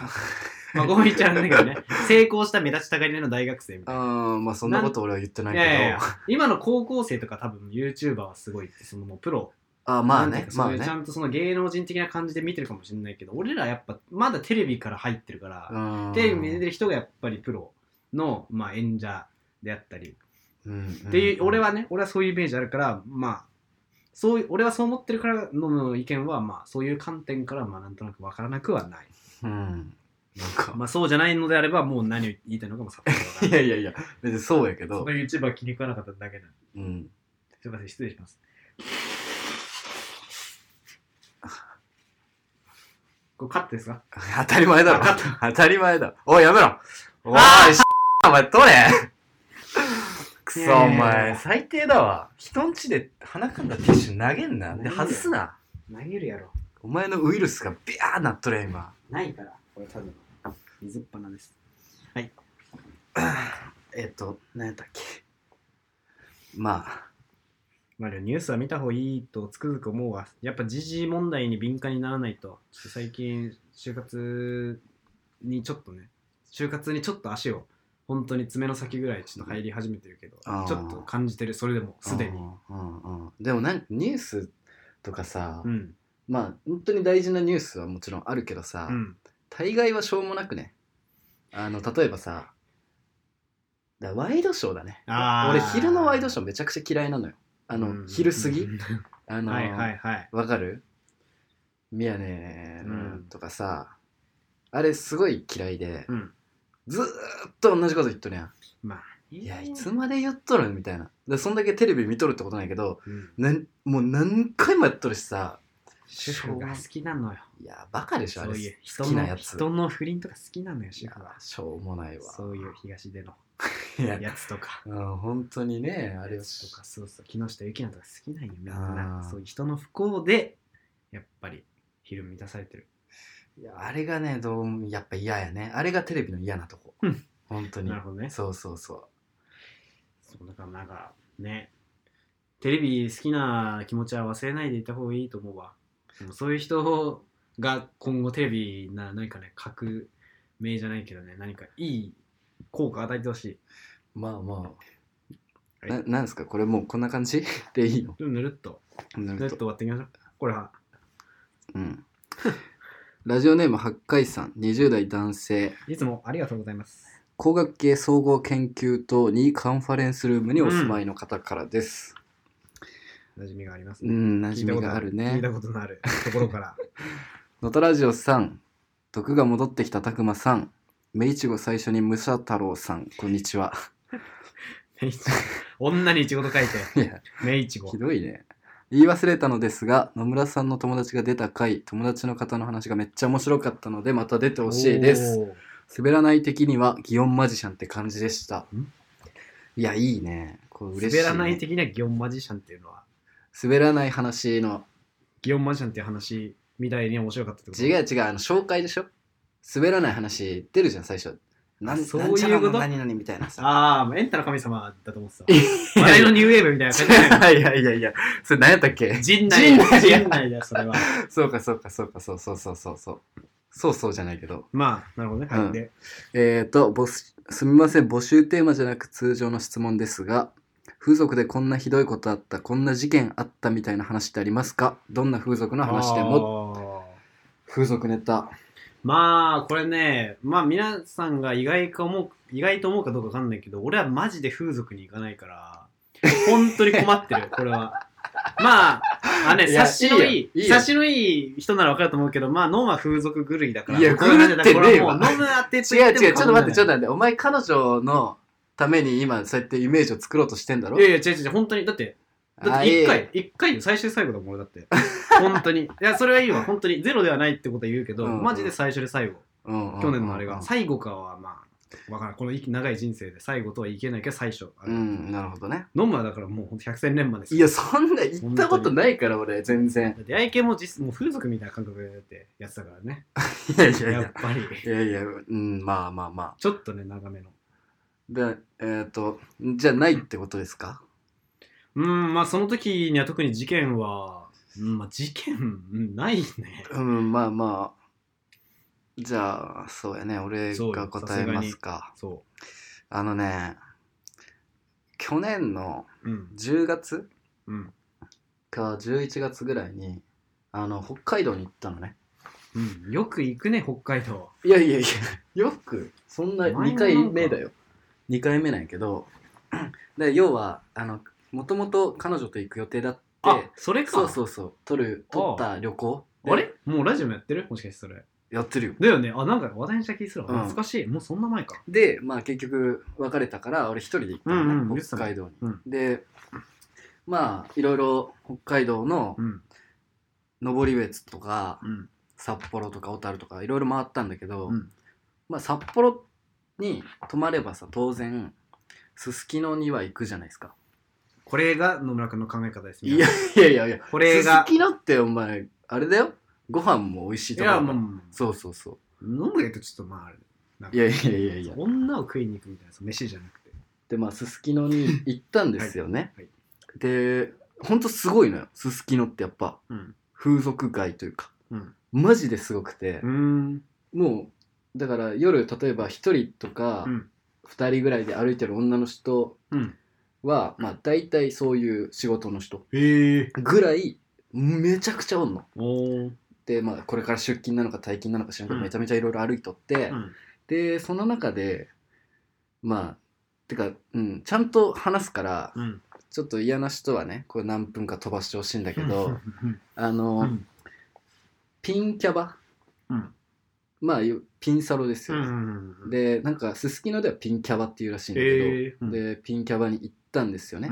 S2: まあゴミちゃんだけどね成功した目立ちたがりの大学生みたいな。
S1: うんまあそんなこと俺は言ってない
S2: い
S1: けど
S2: やいやいや今の高校生とか多分 YouTuber はすごいってそのもうプロ
S1: あまあ
S2: なんていう
S1: ね
S2: か
S1: まあ
S2: そういう
S1: ね
S2: ちゃんとその芸能人的な感じで見てるかもしれないけど俺らやっぱまだテレビから入ってるから、テレビ見て
S1: で、
S2: る人がやっぱりプロの、まあ、演者であったり
S1: うん
S2: っていう、俺、はね俺はそういうイメージあるからまあそういう俺はそう思ってるからのの意見はまあそういう観点からまあなんとなくわからなくはない
S1: うん、なんか、
S2: まあそうじゃないのであればもう何を言いたいのかもさっぱりわから
S1: い
S2: ない
S1: やいやいや別にそうやけ
S2: そ
S1: ど
S2: の、YouTuber は気に食わなかっただけなの
S1: うん、
S2: すいません失礼しますこれカットですか
S1: 当たり前だろ
S2: わか
S1: 当たり前だおいやめろ おい
S2: あー
S1: しお前取れ く
S2: い
S1: そ
S2: やいやいや
S1: お前最低だわ人んちで鼻かんだティッシュ投げんな
S2: 投げ
S1: で
S2: るよ
S1: 外すな
S2: 投げるやろ
S1: お前のウイルスがビャーなっとれ今
S2: ないからこれただの水っぱなです
S1: えっ、と何やったっけまあ
S2: まあでもニュースは見た方がいいとつくづく思うわ。やっぱ時事問題に敏感にならないと、ちょっと最近、就活にちょっとね、就活にちょっと足を、本当に爪の先ぐらいちょっと入り始めてるけど、
S1: あー
S2: ちょっと感じてる、それでも、すでに。
S1: うんうんうんでもなんかニュースとかさ、
S2: うん。
S1: まあ本当に大事なニュースはもちろんあるけどさ、
S2: うん。
S1: 大概はしょうもなくねあの例えばさだからワイドショーだね
S2: あー
S1: 俺昼のワイドショーめちゃくちゃ嫌いなのよあの、
S2: うん
S1: 昼過ぎ、
S2: うん
S1: あの
S2: はいはいはい。
S1: わかるミヤネ
S2: うん
S1: とかさ、あれすごい嫌いで、
S2: うん。
S1: ずーっと同じこと言っとるやん
S2: まあ、
S1: い
S2: い
S1: やいつまで言っとるみたいなでそんだけテレビ見とるってことなんやけど
S2: うん
S1: なんもう何回もやっとるしさ
S2: 主婦が好きなのよ。
S1: いやバカでしょあ
S2: そう
S1: れ
S2: いう
S1: 好
S2: 人
S1: きなや
S2: の
S1: つ
S2: 人の不倫とか好きなのよ、
S1: い
S2: 主
S1: や
S2: 婦は。
S1: しょうもないわ
S2: そういう東での
S1: いや
S2: やつとか。
S1: うん本当にねあれ
S2: や
S1: を
S2: つ
S1: し
S2: とか、そうそう、木下ゆきなとか好きなんよ、みん
S1: あ
S2: な。
S1: ー
S2: そういう人の不幸で、やっぱり昼満たされてる。
S1: いやあれがねどうやっぱ嫌やねあれがテレビの嫌なとこ、
S2: うん
S1: 本当に
S2: なるほどね。
S1: そうそうそう
S2: そうだからなんかねテレビ好きな気持ちは忘れないでいた方がいいと思うわでもそういう人が今後テレビな何かね革命じゃないけどね何かいい効果与えてほしい
S1: まあまあ、
S2: はい
S1: ななんですかこれもうこんな感じ でいいの
S2: ちょっとぬるっと
S1: な
S2: ぬるっ
S1: る
S2: と
S1: と
S2: 終わっていきましょうこれは
S1: うんラジオネーム八海さん20代男性
S2: いつもありがとうございます
S1: 工学系総合研究棟にカンファレンスルームにお住まいの方からです
S2: 馴染みがあります
S1: う
S2: ね、
S1: ん、馴
S2: 聞い
S1: 染
S2: た
S1: み
S2: こと
S1: がある
S2: 聞
S1: ね
S2: いたことのあるところから
S1: 野田ラジオさん毒が戻ってきたたくまさんめいちご最初に武者太郎さんこんにちは
S2: 女にイチゴと書いて
S1: いや
S2: メイチゴ
S1: ひどいね。言い忘れたのですが、野村さんの友達が出た回、友達の方の話がめっちゃ面白かったので、また出てほしいです。
S2: おー
S1: 滑らない的には、祇園マジシャンって感じでした
S2: ん。
S1: いや、いいね。こう嬉しい、ね。
S2: 滑らない的にはギオンマジシャンっていうのは
S1: 滑らない話の、
S2: ギオンマジシャンっていう話みたいに面白かったってこと
S1: 違う違う、あの、紹介でしょ滑らない話出るじゃん、最初。なん
S2: そう
S1: なんちゃらの
S2: いうこと
S1: 何々みたいなさ。
S2: ああ、エンタの神様だと思ってた。
S1: や
S2: 笑いのニューウェーブみたいな感じじゃな い
S1: いやいやいや、それ何やったっけ
S2: の陣内
S1: 陣内
S2: 陣内だ、それは。
S1: そうかそうかそうかそうそうそうそうそう。そうそうじゃないけど。
S2: まあ、なるほどね。
S1: うん
S2: はい。で、
S1: えー、と、ぼす、すみません、募集テーマじゃなく通常の質問ですが、風俗でこんなひどいことあった、こんな事件あったみたいな話ってありますかどんな風俗の話でも。
S2: も。
S1: 風俗ネタ。
S2: まあ、これね、まあ、皆さんが意外か思う、意外と思うかどうかわかんないけど、俺はマジで風俗に行かないから、本当に困って る、これは。まあ、あね、
S1: いや
S2: 察し
S1: い
S2: の
S1: いよ
S2: い
S1: い
S2: い、
S1: いよ
S2: 察しのいい人ならわかると思うけど、まあ、ノンは風俗狂いだから、
S1: いや
S2: これはね
S1: 狂ってねえわ
S2: だからこれはもうノン当て
S1: 違う違う、ちょっと待って、ちょっと
S2: と。
S1: 待って。お前、彼女のために今、そうやってイメージを作ろうとしてんだろ
S2: いやいや、違う違う違う、本当に、だって、だ
S1: あ
S2: っ
S1: い
S2: て
S1: え
S2: 1回、一回で最終最後だもん、俺だって。本当に。いや、それはいいわ、本当に。ゼロではないってこと は言うけど、
S1: うんうん
S2: マジで最初で最後。
S1: うんうん
S2: 去年のあれが。
S1: う
S2: 最後かは、まあ、わからん。この生き長い人生で最後とは言いけないけど、最初。
S1: んうん、なるほどね。
S2: ノムはだからもう、本当百戦錬磨です
S1: い
S2: よ。
S1: や、そんな、行ったことないから、俺、全然。
S2: 出会い系も実、もう風俗みたいな感覚でやってやってたからね。
S1: いやいやい
S2: やっ
S1: や。
S2: ぱり。
S1: いやいや、うん、まあまあまあ。
S2: ちょっとね、長めの。
S1: で、えっ、と、じゃあないってことですか
S2: うん、まあ、その時には特に事件は、うん、まあ、事件、うんないね。
S1: うんまあまあじゃあそうやね俺
S2: そう
S1: が
S2: よ
S1: 答えますか
S2: そ
S1: あのね去年の
S2: う。うん。
S1: 10月
S2: うん。
S1: か11月ぐらいにあの北海道に行ったのね
S2: うん。よく行くね、北海道。
S1: いやいやいやよくそんな
S2: お前
S1: 2
S2: も
S1: 回目だよ2回目なんやけど で要はあのもともと彼女と行く予定だって
S2: あ、それか。
S1: そうそうそう取る取った旅行で
S2: あれもうラジオもやってるもしかしてそれ。
S1: やってるよ
S2: だよね。あ、なんか話題にした気するわ。
S1: うん
S2: 懐かしい。もうそんな前か。
S1: でまあ結局別れたから俺一人で行ったのね、
S2: うんうん
S1: 北海道に、
S2: 言って
S1: でまあいろいろ北海道の
S2: うん。
S1: 登別とか
S2: うん。
S1: 札幌とか小樽とかいろいろ回ったんだけど、
S2: うん
S1: まあ札幌に泊まればさ当然すすきのには行くじゃないですか、
S2: これが野村君の考え方ですね。
S1: いや、いやいやいや
S2: これが
S1: すす。きのってお前あれだよご飯も美味しい
S2: い
S1: とこだ
S2: や、
S1: から
S2: もう、
S1: そうそうそ
S2: 飲むやとちょっとまああれ、なん
S1: う
S2: か
S1: いやいやいやいや
S2: 女を食いに行くみたいな、その飯じゃなくて。
S1: でまあすすきのに行ったんですよね、
S2: はいは
S1: でほんとすごいのよすすきのってやっぱ
S2: うん。
S1: 風俗街というか
S2: うん。
S1: マジですごくて
S2: う、ん。
S1: もうだから夜例えば1人とか
S2: うん。
S1: 2人ぐらいで歩いてる女の人
S2: うん。
S1: は、まあ大体そういう仕事の人
S2: へえ。
S1: ぐらいめちゃくちゃおんの。
S2: おー。
S1: でまあこれから出勤なのか退勤なのか知らんけど
S2: うん
S1: めちゃめちゃいろいろ歩いとって、
S2: うん。
S1: でその中でまあてか、うん、ちゃんと話すから、
S2: うん。
S1: ちょっと嫌な人はね、これ何分か飛ばしてほしいんだけ
S2: う
S1: ど
S2: ん、うん
S1: あの、
S2: うん
S1: ピンキャバ、
S2: うん
S1: まあ、いうピンサロです
S2: う
S1: よね。
S2: んうん、
S1: で、なんか、すすきのではピンキャバっていうらしいんだけど、
S2: えー、うん、
S1: で、ピンキャバに行ったんですよね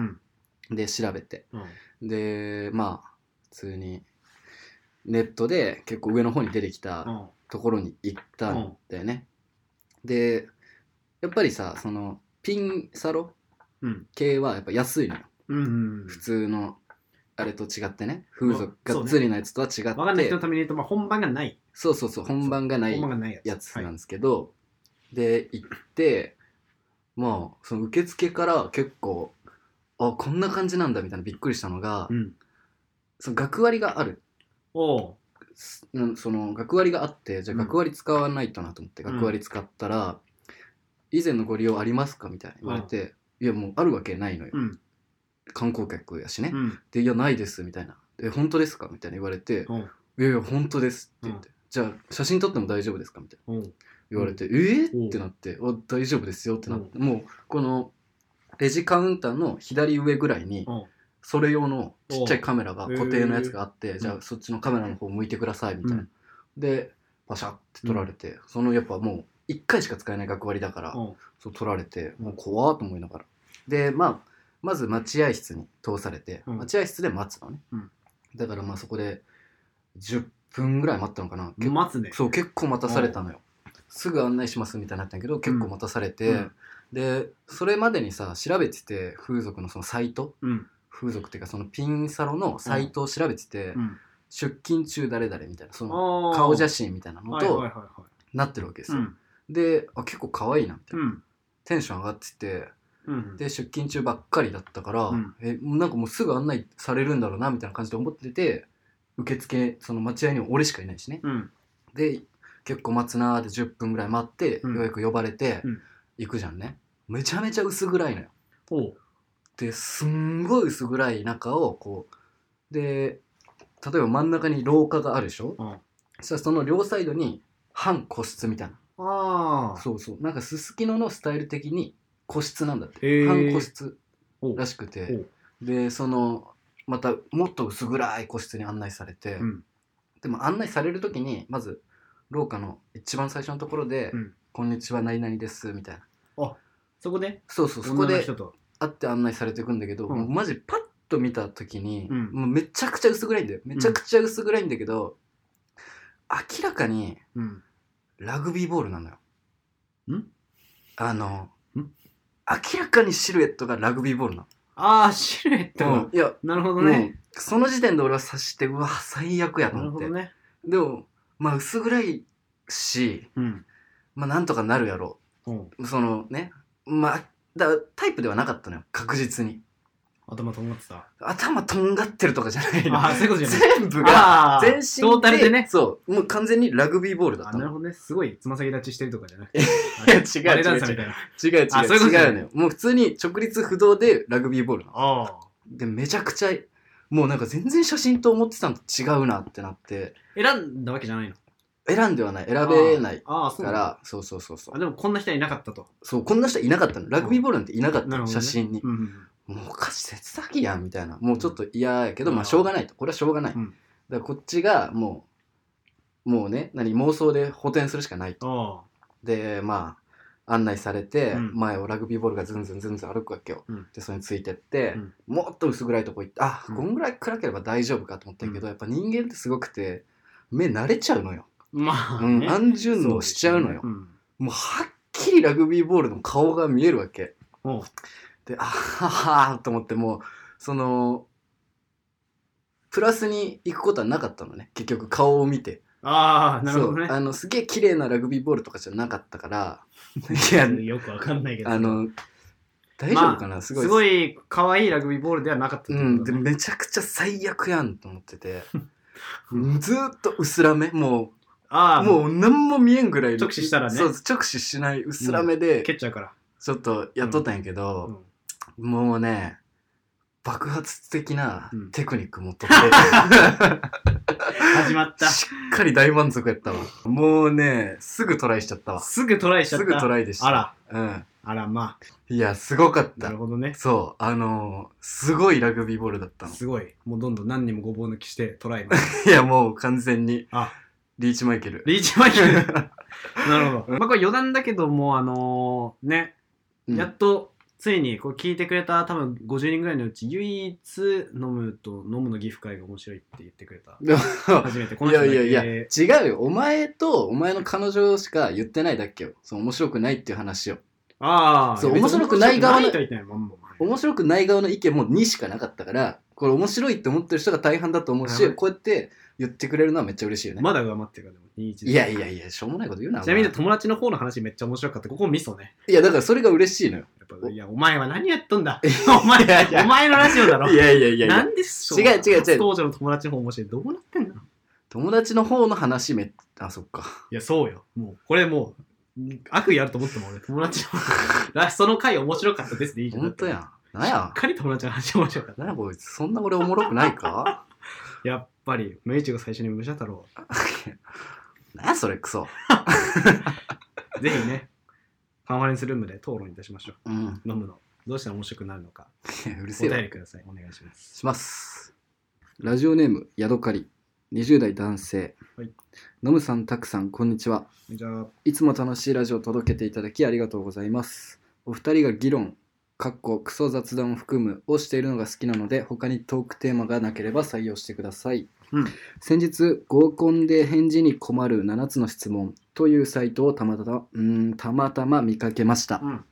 S2: う。ん、
S1: で、調べて。
S2: うん、
S1: で、まあ、普通に、ネットで結構上の方に出てきた、
S2: うん、
S1: ところに行ったんだよね。でやっぱりさそのピンサロ
S2: うん、
S1: 系はやっぱ安いのよ
S2: うん、うん。
S1: 普通のあれと違ってね風俗
S2: うんそう
S1: がっ
S2: ね
S1: つりなやつとは違って、
S2: わかんない人のために言うと、まあ、本番がない。
S1: そうそうそう本番がない
S2: 本番がないやつ。
S1: やつ
S2: はい
S1: なんですけど、で行ってまあその受付から結構あこんな感じなんだみたいなびっくりしたのが、
S2: うん。
S1: その学割がある
S2: おう
S1: すうんその学割があってじゃあ
S2: うん
S1: 学割使わないとなと思って、
S2: うん
S1: 学割使ったら「以前のご利用ありますか?」みたいな言われて「いやもうあるわけないのよ、
S2: うん、
S1: 観光客やしね」
S2: うん、
S1: で「いやないです」みたいな「え本当ですか?」みたいな言われて
S2: おう
S1: 「いやいや本当です」って言って「じゃあ写真撮っても大丈夫ですか?」みたいな
S2: おう
S1: 言われて「えっ?」
S2: お
S1: ってなって「あ大丈夫ですよ」ってなって、もうこのレジカウンターの左上ぐらいに
S2: おう
S1: それ用のちっちゃいカメラが
S2: おう
S1: 固定のやつがあって、
S2: ー
S1: じゃあそっちのカメラの方向いてくださいみたいな、
S2: うん
S1: でパシャって撮られて、そのやっぱもう1回しか使えない学割だから、
S2: おう
S1: そう撮られて
S2: うん
S1: もう怖ーと思いながらでまあまず待合室に通されて、
S2: うん
S1: 待合室で待つのね、
S2: うん
S1: だからまあそこで10分ぐらい待ったのかな、結構
S2: 待つね。
S1: そう結構待たされたのよすぐ案内しますみたいになったんやけど結構待たされて、
S2: うん
S1: でそれまでにさ調べてて風俗のそのサイト
S2: うん、
S1: 風俗っていうかそのピンサロのサイトを調べてて、
S2: うん。
S1: 出勤中誰々みたいなその
S2: 顔
S1: 顔写真みたいなの
S2: はいはい
S1: と
S2: はいは
S1: なってるわけです
S2: い。う
S1: よ、
S2: ん、
S1: であ結構可愛いなみたいうな、
S2: ん、
S1: テンション上がってて
S2: うん。
S1: で出勤中ばっかりだったから、
S2: うん
S1: えなんかもうすぐ案内されるんだろうなみたいな感じで思ってて受付その待合にも俺しかいないしね
S2: うん、
S1: で結構待つなーって10分ぐらい待って、
S2: うん
S1: ようやく呼ばれて、
S2: うん
S1: 行くじゃんねめちゃめちゃ薄暗いのよ
S2: おう
S1: ですんごい薄暗い中をこうで例えば真ん中に廊下があるでしょ、
S2: うん
S1: そしたらその両サイドに半個室みたいな
S2: ああ。
S1: そうそうなんかすすきののスタイル的に個室なんだって
S2: へー
S1: 半個室
S2: おう
S1: らしくてでそのまたもっと薄暗い個室に案内されて、
S2: うん
S1: でも案内される時にまず廊下の一番最初のところで「
S2: うん
S1: こんにちは何々です」みたいな
S2: そこで、
S1: そうそうそこ
S2: 女の
S1: で
S2: 人と。
S1: 会って案内されていくんだけど、
S2: うん
S1: もうマジパッと見た時に、
S2: うん
S1: もうめちゃくちゃ薄暗いんだよめちゃくちゃ薄暗いんだけど、明らかに
S2: うん。
S1: ラグビーボールなのよ。
S2: ん
S1: あの
S2: ん
S1: 明らかにシルエットがラグビーボールな
S2: ああ、シルエット
S1: の
S2: が。。
S1: いや
S2: なるほど
S1: も
S2: ね。
S1: うその時点で俺は察してうわ最悪やと
S2: なる
S1: 思っ
S2: ほ
S1: て、
S2: どね。
S1: でもまあ薄暗いし
S2: うん。
S1: まあなんとかなるやろ
S2: おう
S1: うそのねまあだタイプではなかったのよ確実に
S2: 頭とんがってた。
S1: 頭とんがってるとかじゃないの
S2: ああ、そういうことじゃない。
S1: 全部が
S2: あー
S1: 全身
S2: トータルでね。
S1: そうもう完全にラグビーボールだっ
S2: あ
S1: た
S2: なる
S1: の
S2: ほどね。すごい、つま先立ちしてるとかじゃなくて。
S1: いや違う
S2: バレエダン
S1: 違う
S2: サーみたい
S1: 違う
S2: な。
S1: 違う違う
S2: あそういうことじゃない
S1: のよもう普通に直立不動でラグビーボールなの
S2: ああ。
S1: でめちゃくちゃもうなんか全然写真と思ってたのと違うなってなって
S2: 選んだわけじゃないの。
S1: 選んではない選べない
S2: あーあー、そう
S1: か
S2: なんだ。
S1: らそうそうそうそ
S2: あ
S1: う
S2: でもこんな人はいなかったと。
S1: そうこんな人いなかったのラグビーボールなんていなかった
S2: なる
S1: の、
S2: ほどね
S1: 写真に
S2: う、ん。
S1: もうおかし切詐欺やんみたいなもうちょっと嫌やけど、
S2: うん
S1: まあしょうがないとこれはしょうがない、
S2: うん
S1: だからこっちがもうもうね何妄想で補填するしかないと
S2: あ
S1: でまあ案内されて、
S2: うん
S1: 前をラグビーボールがずんずんずんずん歩くわけよ、
S2: うん
S1: でそれについてって、
S2: うん
S1: もっと薄暗いとこ行ってあ、
S2: うん
S1: こんぐらい暗ければ大丈夫かと思ったけど、やっぱ人間ってすごくて目慣れちゃうのよ、
S2: あ。まあ、
S1: うん
S2: ね。
S1: 安順応しちゃうのよ
S2: そうですねうん
S1: もうはっきりラグビーボールの顔が見えるわけ
S2: おう
S1: であははと思ってもうそのプラスに行くことはなかったのね結局顔を見て
S2: ああ、なるほどね
S1: そう。あのすげえ綺麗なラグビーボールとかじゃなかったから いや
S2: よくわかんないけど。
S1: あの大丈夫かな、す
S2: す
S1: ごい
S2: ごい可愛いラグビーボールではなかったって
S1: うん、
S2: こと
S1: で
S2: だね
S1: めちゃくちゃ最悪やんと思って てずーっと薄らめも
S2: あ
S1: う
S2: あ、も
S1: もう何も見えんぐらい
S2: 直視したらね
S1: そう直視しない薄らめで
S2: う蹴っちゃうから。
S1: ちょっとやっとったんやけ
S2: う
S1: ど、
S2: ん
S1: もうね爆発的な
S2: うん
S1: テクニック持っとって、
S2: 始 まった。
S1: しっかり大満足やったわもうねすぐトライしちゃったわ
S2: すぐトライしちゃ
S1: す
S2: った。
S1: ぐトライでした
S2: あら、
S1: うん
S2: あらまあ
S1: いや、すごかっ
S2: な
S1: た
S2: る。ほどね
S1: そう、あのーすごいラグビーボールだったの。
S2: すごいもうどんどん何にもごぼう抜きしてトライまで
S1: いや、もう完全に
S2: あ
S1: リーチマイケル。
S2: リーチマイケルなるほど、まあ、これ余談だけどもあのーね
S1: うん
S2: やっとついにこれ聞いてくれた多分50人ぐらいのうち唯一飲むと飲むのギフ会が面白いって言ってくれた
S1: でも
S2: 初めて この
S1: い
S2: 人
S1: や
S2: だけ
S1: いやいや、違うよ。お前とお前の彼女しか言ってないだっけよ。そう、面白くないっていう話を。
S2: ああ
S1: そう面白くない側の
S2: 面白くないとは言ってないもんもう
S1: 面白くない側の意見も2しかなかったから、これ面白いって思ってる人が大半だと思う
S2: なる
S1: し、
S2: ほ
S1: こうやって言ってくれるのはめっちゃ嬉しいよね。
S2: まだ上回ってるからでも21で
S1: いやいやいや、しょうもないこと言うな。
S2: ちなみに
S1: お前
S2: 友達の方の話めっちゃ面白かったここミソね
S1: いや、だからそれが嬉しいの よ。
S2: やっぱ
S1: お
S2: いやお前は何やっとんだお 前
S1: いやいや
S2: お前のラジオだろ
S1: いやいやいやい
S2: な
S1: や、
S2: んでしょ
S1: 違う違う違う
S2: 初登場の友達の方面白いどうなってんだろう
S1: 友達の方の話めっ、あ、そっか。
S2: いやそうよもうこれもう悪意あると思ってもん俺友達のラストの 回面白かったですでいいじゃん
S1: ほんとやん。なんや
S2: しっ。かり友達の話面白かった。
S1: なんやこいつ、そんな俺おもろくないか
S2: やっぱり、明治が最初に武者太郎。
S1: なんやそれ、クソ。
S2: ぜひね、カンファレンスルームで討論いたしましょ
S1: うん。
S2: う。飲むの。どうしたら面白くなるのか。
S1: うる
S2: お
S1: せえわ
S2: 便。りください。お願いします。
S1: しますラジオネームヤドカリ20代男性
S2: はい
S1: ノムさんたくさんこんにちは
S2: じゃあ、
S1: いつも楽しいラジオを届けていただきありがとうございますお二人が議論かっこクソ雑談を含むをしているのが好きなので他にトークテーマがなければ採用してください、
S2: うん
S1: 先日合コンで返事に困る7つの質問というサイトをたまたまうーんたまたま見かけました
S2: うん。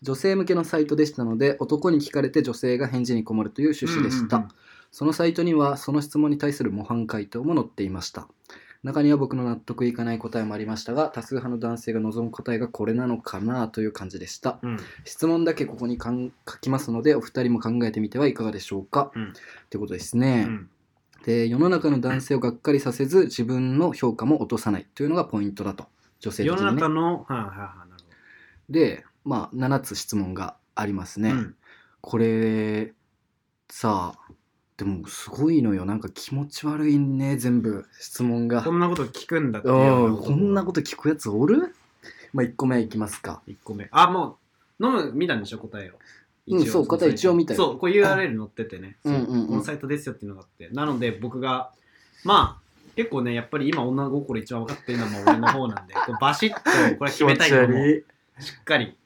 S1: 女性向けのサイトでしたので男に聞かれて女性が返事に困るという趣旨でした、
S2: うんうんうん
S1: そのサイトにはその質問に対する模範回答も載っていました中には僕の納得いかない答えもありましたが多数派の男性が望む答えがこれなのかなという感じでした
S2: うん。
S1: 質問だけここにかん書きますのでお二人も考えてみてはいかがでしょうか、
S2: うん
S1: ということですね、
S2: うん。
S1: で世の中の男性をがっかりさせず自分の評価も落とさないというのがポイントだと女性的
S2: 世の
S1: にね
S2: 中の、はいはいはい。なる
S1: でまあ7つ質問がありますね、
S2: ほど。うん
S1: これさあでもすごいのよなんか気持ち悪いね全部質問が
S2: こんなこと聞くんだっていうよう
S1: うん
S2: と
S1: こんなこと聞くやつおるまあ1個目いきますか
S2: 一個目。あ、もう、飲む、見たんでしょ、答えを。
S1: うん
S2: 一応
S1: そう
S2: の
S1: 答え一応見たよ
S2: そう、こう URL 載っててね。
S1: うんうんうん
S2: このサイトですよっていうのがあって。なので、僕が、まあ、結構ね、やっぱり今、女心一番分かってるのはもう俺の 方なんで、こうバシッと、これは決めたいと思う。
S1: い
S2: しっかり。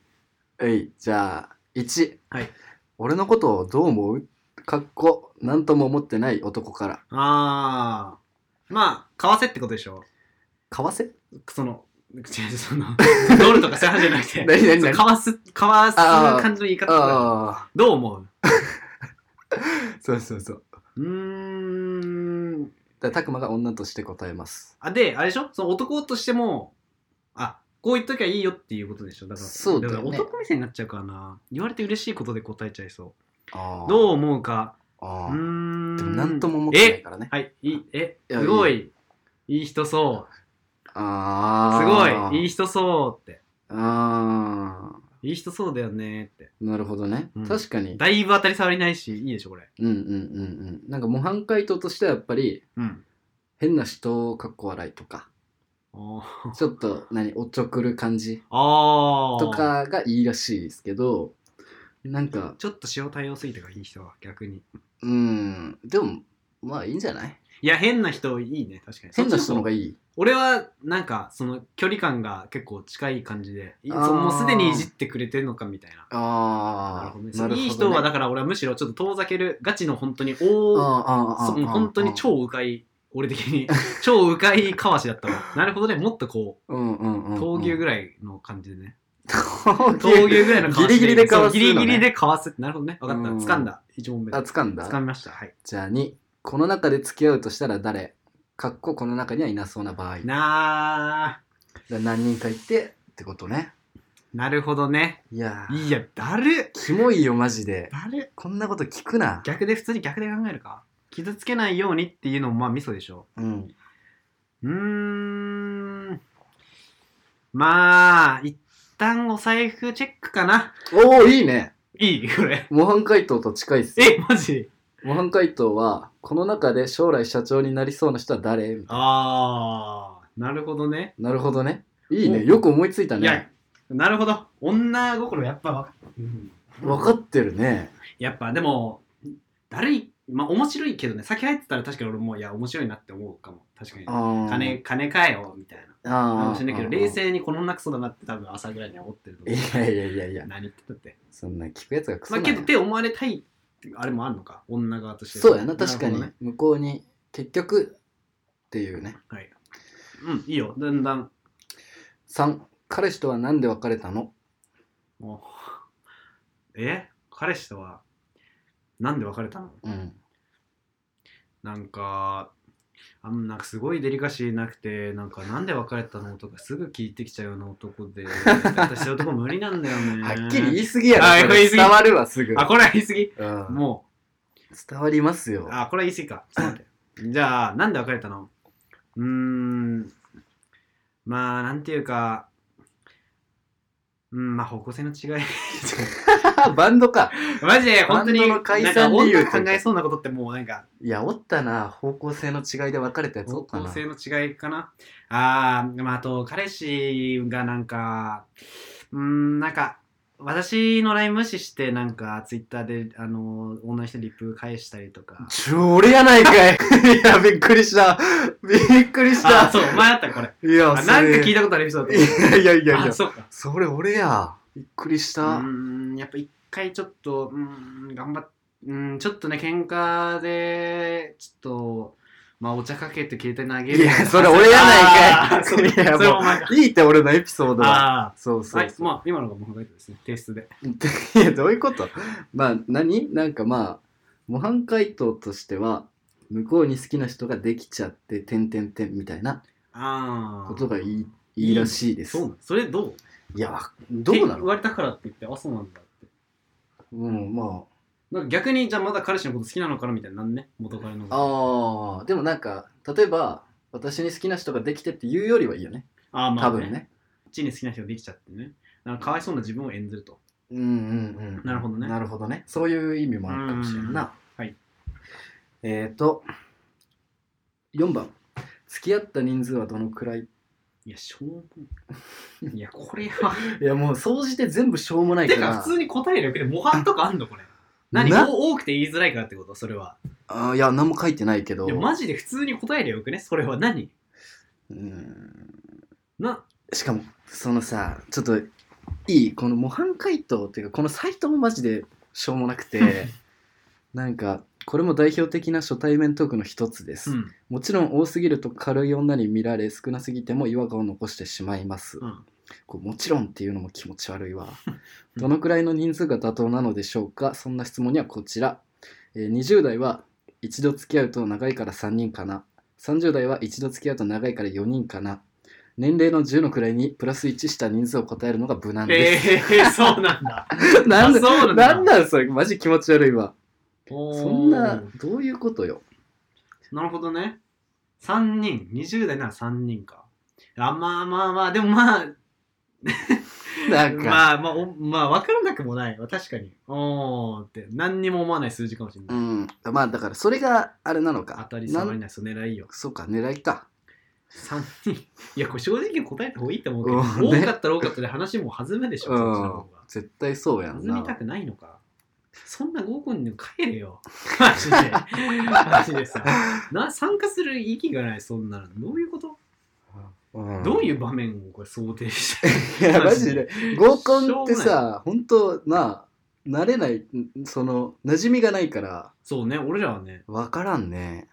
S1: はいじゃあ1、
S2: はい
S1: 俺のことをどう思うかっこ何とも思ってない男から
S2: あー。まあ、買わせってことでしょ。
S1: 買わせ
S2: その、違う、その、 ドルとかそういう話じゃなくて。
S1: 何何
S2: そう
S1: 何
S2: かわす、かわす
S1: あー
S2: 感じの言い方。
S1: あ
S2: どう思う
S1: あそうそうそう
S2: うーん。
S1: だたくまが女として答えます
S2: あで、あれでしょその男としても、あ、こう言っときゃいいよっていうことでしょだから、
S1: そうだよね
S2: から男目線になっちゃうからな。言われて嬉しいことで答えちゃいそ
S1: あ
S2: う。
S1: あ
S2: どう思うか。う
S1: あ
S2: ー
S1: あ
S2: ん。
S1: でも何とも思ってない
S2: え
S1: からね
S2: はい、いい、え、
S1: いや
S2: すごい、いい人そう。す
S1: ああ
S2: ごい、いい人そうって。
S1: ああ
S2: いい人そうだよねって。
S1: なるほどね、
S2: うん
S1: 確かに
S2: だいぶ当たり障りないし、いいでしょ、これ。
S1: うんうんうんうんなんか模範解答としてはやっぱり
S2: うん。
S1: 変な人をかっこ笑いとか
S2: あー
S1: ちょっと何おちょくる感じ
S2: あー。
S1: と。かがいいらしいですけどなんか
S2: ちょっと塩対応すぎたからいい人は、逆に。
S1: うんでもまあいいんじゃない
S2: いや、変な人いいね、確かに。
S1: 変な人の方がいい
S2: 俺はなんかその距離感が結構近い感じでい
S1: あ
S2: そ
S1: ー
S2: のもうすでにいじってくれてるのかみたいななる
S1: あ
S2: ほ
S1: あ
S2: どねいい人はだから俺はむしろちょっと遠ざけるガチの本当に大
S1: あ
S2: そもう本当に超うかい俺的に超うかいかわしだったわなるほどねもっとこう闘
S1: 闘
S2: 牛ぐ
S1: らい
S2: らいの感じでね闘
S1: 闘牛
S2: 牛ぐらいのかわし
S1: ギリギリでかわすのね
S2: そうギリギリでかわすなるほどね分かった
S1: うん
S2: 掴んだ一問目
S1: あ
S2: 掴
S1: 掴んだ
S2: みましたはい
S1: じゃあ2この中で付き合うとしたら誰かっここの中にはいなそうな場合
S2: な
S1: だ何人かいてってことね
S2: ーなるほどね
S1: いやー
S2: いやだる
S1: キモいよマジで
S2: だる
S1: こんなこと聞くな
S2: 逆で普通に逆で考えるか傷つけないようにっていうのもまあミソでしょ
S1: うん
S2: うーんまあ一旦お財布チェックかな
S1: おおいいね
S2: いいこれ
S1: 模範解答と近いっすよ
S2: えマジ
S1: 模範解答はこの中で将来社長になりそうな人は誰みたい
S2: ああなるほどね
S1: ななるほどねいい
S2: お
S1: ねよく思いついた
S2: いや
S1: ね
S2: なるほど。女心やっぱわ、
S1: 分かってるね
S2: やっぱでも、誰に、まあ面白いけどね、先入ってたら確かに俺も、いや、面白いなって思うかも。確かに。金、
S1: 金
S2: 金かよ、みたいな。か
S1: あ
S2: もしれないけど、冷静にこのなクソだなって多分朝ぐらいには思ってると
S1: い
S2: 思う。
S1: やいやいやいや
S2: 何言ってたって。
S1: そんな聞くやつがクソ
S2: まあ
S1: なん
S2: け
S1: や
S2: ど、って思われたい、あれもあんのか。女側として。
S1: そうやな確か
S2: るほ
S1: に
S2: どね
S1: 向こうに結局っていうね
S2: はい。うん、いいよ。だんだん。
S1: 3彼氏とは何で別れたの
S2: もうえ彼氏とは、なんで別れたの
S1: うん
S2: なんか、あのなんかすごいデリカシーなくて、なんかなんで別れたのとかすぐ聞いてきちゃうような男で、私そういうとこ無理なんだよ ね。
S1: はっきり言い過ぎやろ
S2: あ
S1: これ
S2: 言い過ぎ
S1: 伝わるわすぐ
S2: あ、これは言い過ぎ
S1: うん
S2: も
S1: 伝わります
S2: う、
S1: よ
S2: あ、これは言い過ぎか。ちょっと待って。じゃあ、なんで別れたのうーん、まあ、なんていうか、うん、まあ方向性の違い。
S1: バンドか
S2: マジで、本当に、
S1: バンド
S2: なん
S1: の解
S2: か
S1: 散理由
S2: 女
S1: という
S2: が
S1: か
S2: 考えそうなことってもうなんか、
S1: いやおったな方向性の違いで別れたやつお
S2: 方
S1: った
S2: 向
S1: な
S2: 性の違いかなあー、まあ、あと彼氏がなんかうーんなんか私の LINE 無視してなんかツイッターであの女の人にリプ返したりとか
S1: ちょ俺やないかい いやびっくりしたびっくりし
S2: あ
S1: た
S2: そうお前だったこれ
S1: いや
S2: あなんか聞い
S1: た
S2: たことある人だと
S1: い
S2: 思う
S1: やいやいやいや
S2: あそうか
S1: それ俺やびっくりし
S2: う
S1: た
S2: ーんやっぱ一回ちょっとうーん頑張っうーんちょっとね喧嘩でちょっとまあお茶かけて携帯投げる
S1: いやそれ俺やないかい
S2: あーそう
S1: いやもう
S2: それお前か
S1: いいって俺のエピソードは
S2: あ
S1: そうそ
S2: あは
S1: う
S2: い
S1: そう
S2: まあ今のがもうですね提出で
S1: いやどういうことまあ何なんかまあ模範解答としては向こうに好きな人ができちゃって点点点みたいな
S2: ああ
S1: ことがいいいいらしいです
S2: そうなんそれどう
S1: いやわどう
S2: って
S1: な
S2: 言
S1: の
S2: われたからって言ってあそうなんだって
S1: うんま
S2: なんか逆にじゃあまだ彼氏のこと好きなのかなみたいになんね元彼のこと
S1: ああーでもなんか例えば私に好きな人ができてって言うよりはいいよね
S2: あーまあ
S1: 多分ね
S2: こっちに好きな人ができちゃってねなんかかわいそうな自分を演ずると
S1: うんうんうん
S2: なるほどね
S1: なるほどねそういう意味もあるかもしれんな
S2: うんはい
S1: えっ、と4番付き合った人数はどのくらい
S2: いやしょうも ないいやこれはい
S1: やもう総じて全部しょうもないか
S2: て
S1: ら
S2: か普通に答えるだけで模範とかあんのこれ 何
S1: な
S2: お多くて言いづらいからってことそれは
S1: あいや何も書いてないけど
S2: いやマジで普通に答えりゃよくねそれは何
S1: うん
S2: な
S1: しかもそのさちょっといいこの模範解答っていうかこのサイトもマジでしょうもなく てなんかこれも代表的な初対面トークの一つです、
S2: うん
S1: もちろん多すぎると軽い女に見られ少なすぎても違和感を残してしまいます、
S2: うん
S1: こうもちろんっていうのも気持ち悪い わどのくらいの人数が妥当なのでしょうかそんな質問にはこちら、えー20代は一度付き合うと長いから3人かな30代は一度付き合うと長いから4人かな年齢の10のくらいにプラス1した人数を答えるのが無難で
S2: え
S1: す、
S2: えー、 そうな んだ
S1: なんで
S2: あそうなんだ
S1: なんなんそれマジ気持ち悪いわそ
S2: そ
S1: んなどういうことよ
S2: なるほどね。3人、20代なら3人か。あ、まあまあまあ、でもまあ、
S1: なんか、
S2: まあまあ、おまあ、わからなくもないわ。確かに。おーって、何にも思わない数字かもしれな
S1: う
S2: い。
S1: ん、まあだからそれがあれなの
S2: 当
S1: か
S2: たり障り
S1: なん
S2: ない、その狙いよ。
S1: そうか狙いか
S2: 3人。いや、これ正直に答えた方がいいと思うけ
S1: うん
S2: ど、
S1: ね
S2: 多かったら多かったで話も弾むでしょ、
S1: うん
S2: そっちの方が。
S1: 絶対そうやん
S2: 弾みた
S1: な
S2: くないのか。そんな合コンに帰れよ。マジで。 マジでさ。な参加する意義がない、そんなの。どういうこと、
S1: うん
S2: どういう場面をこれ想定して
S1: いやマジで合コンって
S2: しょうも
S1: さ本当な慣れないんその馴染みがないから
S2: そうね、俺らはね、
S1: 分からんね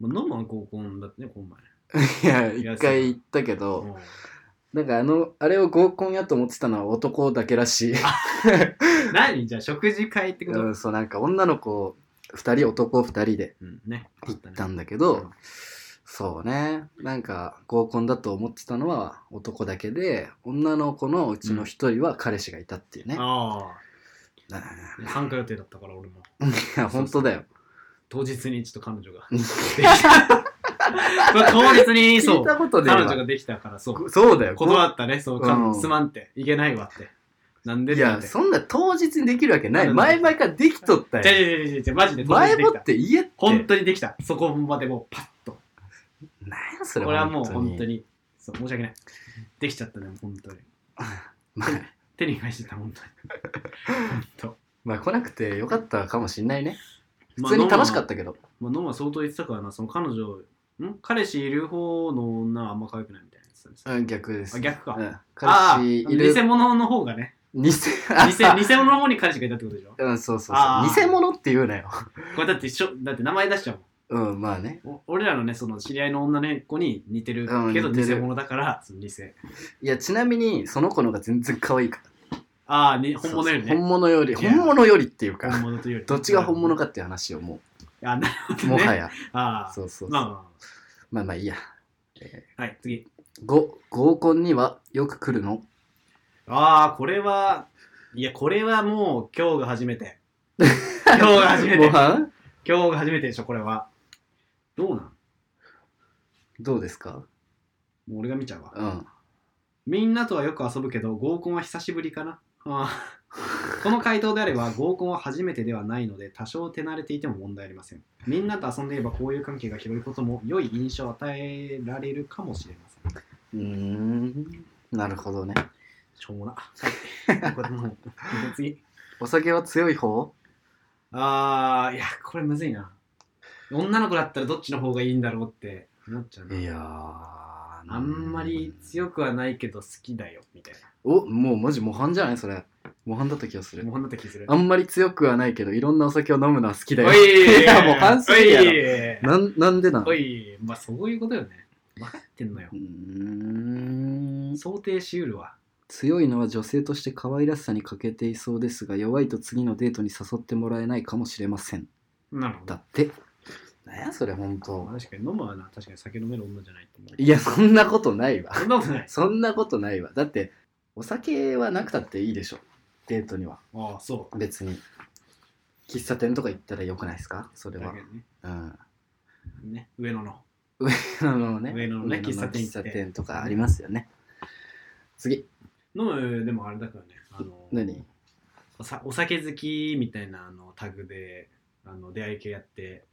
S2: まあ、飲むは合コンだってね、この前。
S1: いや
S2: いや
S1: 一回行ったけど
S2: う
S1: なんかあのあれを合コンやと思ってたのは男だけらしい、
S2: ん何じゃあ食事会ってこと、
S1: うん、そうなんか女の子2人男2人で
S2: うん、ね。
S1: 行った
S2: ね
S1: んだけどそうねなんか合コンだと思ってたのは男だけで女の子のうちの1人は彼氏がいたっていうね、
S2: あ
S1: うん
S2: あ、参加予定だったから俺も。
S1: いや本当だよ
S2: 当日にちょっと彼女が。 できた当日に、
S1: 聞
S2: そ。
S1: いうたことねえ
S2: 彼女
S1: わ
S2: ができたから、そう。
S1: そうだよ
S2: 断ったね、そう。か
S1: うん
S2: すまんって。いけないわって。なんでっ
S1: い
S2: て言っ
S1: や、
S2: て。
S1: そんな当日にできるわけない。
S2: なんだ
S1: 前々からできとった
S2: じゃ
S1: よ。
S2: じゃじゃじゃマジで当日
S1: 前
S2: でき。
S1: もったて言えって。
S2: 本当にできた。そこまでもうパッと。
S1: なんやそ
S2: こ
S1: れ
S2: れはもう本当。に。そう、申し訳ない。できちゃったね、本当に。
S1: まあ、
S2: 手に返してた本当に本
S1: まあ来なくてよかったかもしんないね
S2: 当
S1: 普通に楽しかったけど、
S2: まあ、ノンは相当言ってたからな、その彼女、ん彼氏いる方の女はあんま可愛くないみたいなやつだね
S1: うん、逆です
S2: あ、逆か。
S1: うん、彼
S2: ああ、
S1: 氏いる
S2: 偽物の方がね。
S1: 偽
S2: 偽偽物の方に彼氏がいたってことでしょ
S1: うん、そうそう
S2: あ
S1: そう
S2: ー
S1: 偽物って言うなよ
S2: これだってしょ、だって名前出しちゃうもん。
S1: うんまあね
S2: お俺らのね、その知り合いの女の子に似てる
S1: うん
S2: けど、
S1: 似てる
S2: 偽物だから、その偽。
S1: いやちなみにその子の方が全然可愛いから
S2: ああ、に本物よ
S1: そ
S2: り
S1: うそう
S2: ね。
S1: 本物より
S2: いや
S1: 本物よりっていう
S2: 本
S1: か
S2: 物というより。
S1: どっちが本物かっていう話をも
S2: あ、なるほど、
S1: う
S2: ね。
S1: もは。や
S2: ああ、
S1: そうそうそう
S2: まあまあ
S1: まあまあいいや
S2: まあ。はい、次。
S1: 5合コンにはよく来るの
S2: ああ、これは、いや、これはもう今日が初 めて。今日が初めて
S1: ご。飯
S2: 今日が初めてでしょ、これは。どうなんも
S1: どうですか
S2: う俺が見ちゃうわ。
S1: うん
S2: みんなとはよく遊ぶけど、合コンは久しぶりかな。あーこの回答であれば、合コンは初めてではないので、多少手慣れていても問題ありません。みんなと遊んでいれば、交友関係が広いことも、良い印象を与えられるかもしれません。
S1: うーんなるほどね
S2: しょうもな。はい。これもう、次。
S1: お酒は強い方
S2: あー、いや、これむずいな。女の子だったらどっちの方がいいんだろうって思っちゃうな。
S1: いやー
S2: あんまり強くはないけど好きだよ、みたいな。
S1: おもうマジ模範じゃないそれ模範だった気がする
S2: もうほんなった気する。
S1: あんまり強くはないけどいろんなお酒を飲むのは好きだよ
S2: おい
S1: いやもう反省やろ
S2: ろ。
S1: なんなんでなん
S2: お
S1: う
S2: い、まあそういうことよね。分かってんのよ
S1: ー。ん
S2: 想定しうるわ。
S1: 強いのは女性として可愛らしさに欠けていそうですが弱いと次のデートに誘ってもらえないかもしれません
S2: なるほ
S1: だ
S2: ど。
S1: ってなんやそれ本当
S2: 確かに飲むはな、確かに酒飲める女じゃないって思う。
S1: いやそんなことないわ
S2: そんなことない。
S1: そんなことないわだってお酒はなくたっていいでしょデートには
S2: ああ、そう。
S1: 別に喫茶店とか行ったらよくないですかそれ
S2: だ
S1: は
S2: けどね。
S1: うん
S2: ね、上野の。
S1: あのね
S2: 上野のね喫茶店行
S1: 喫
S2: って
S1: 茶店とかありますよね次
S2: 飲む、でもあれだからね。あの
S1: 何
S2: おさお酒好きみたいなあのタグであの出会い系や って。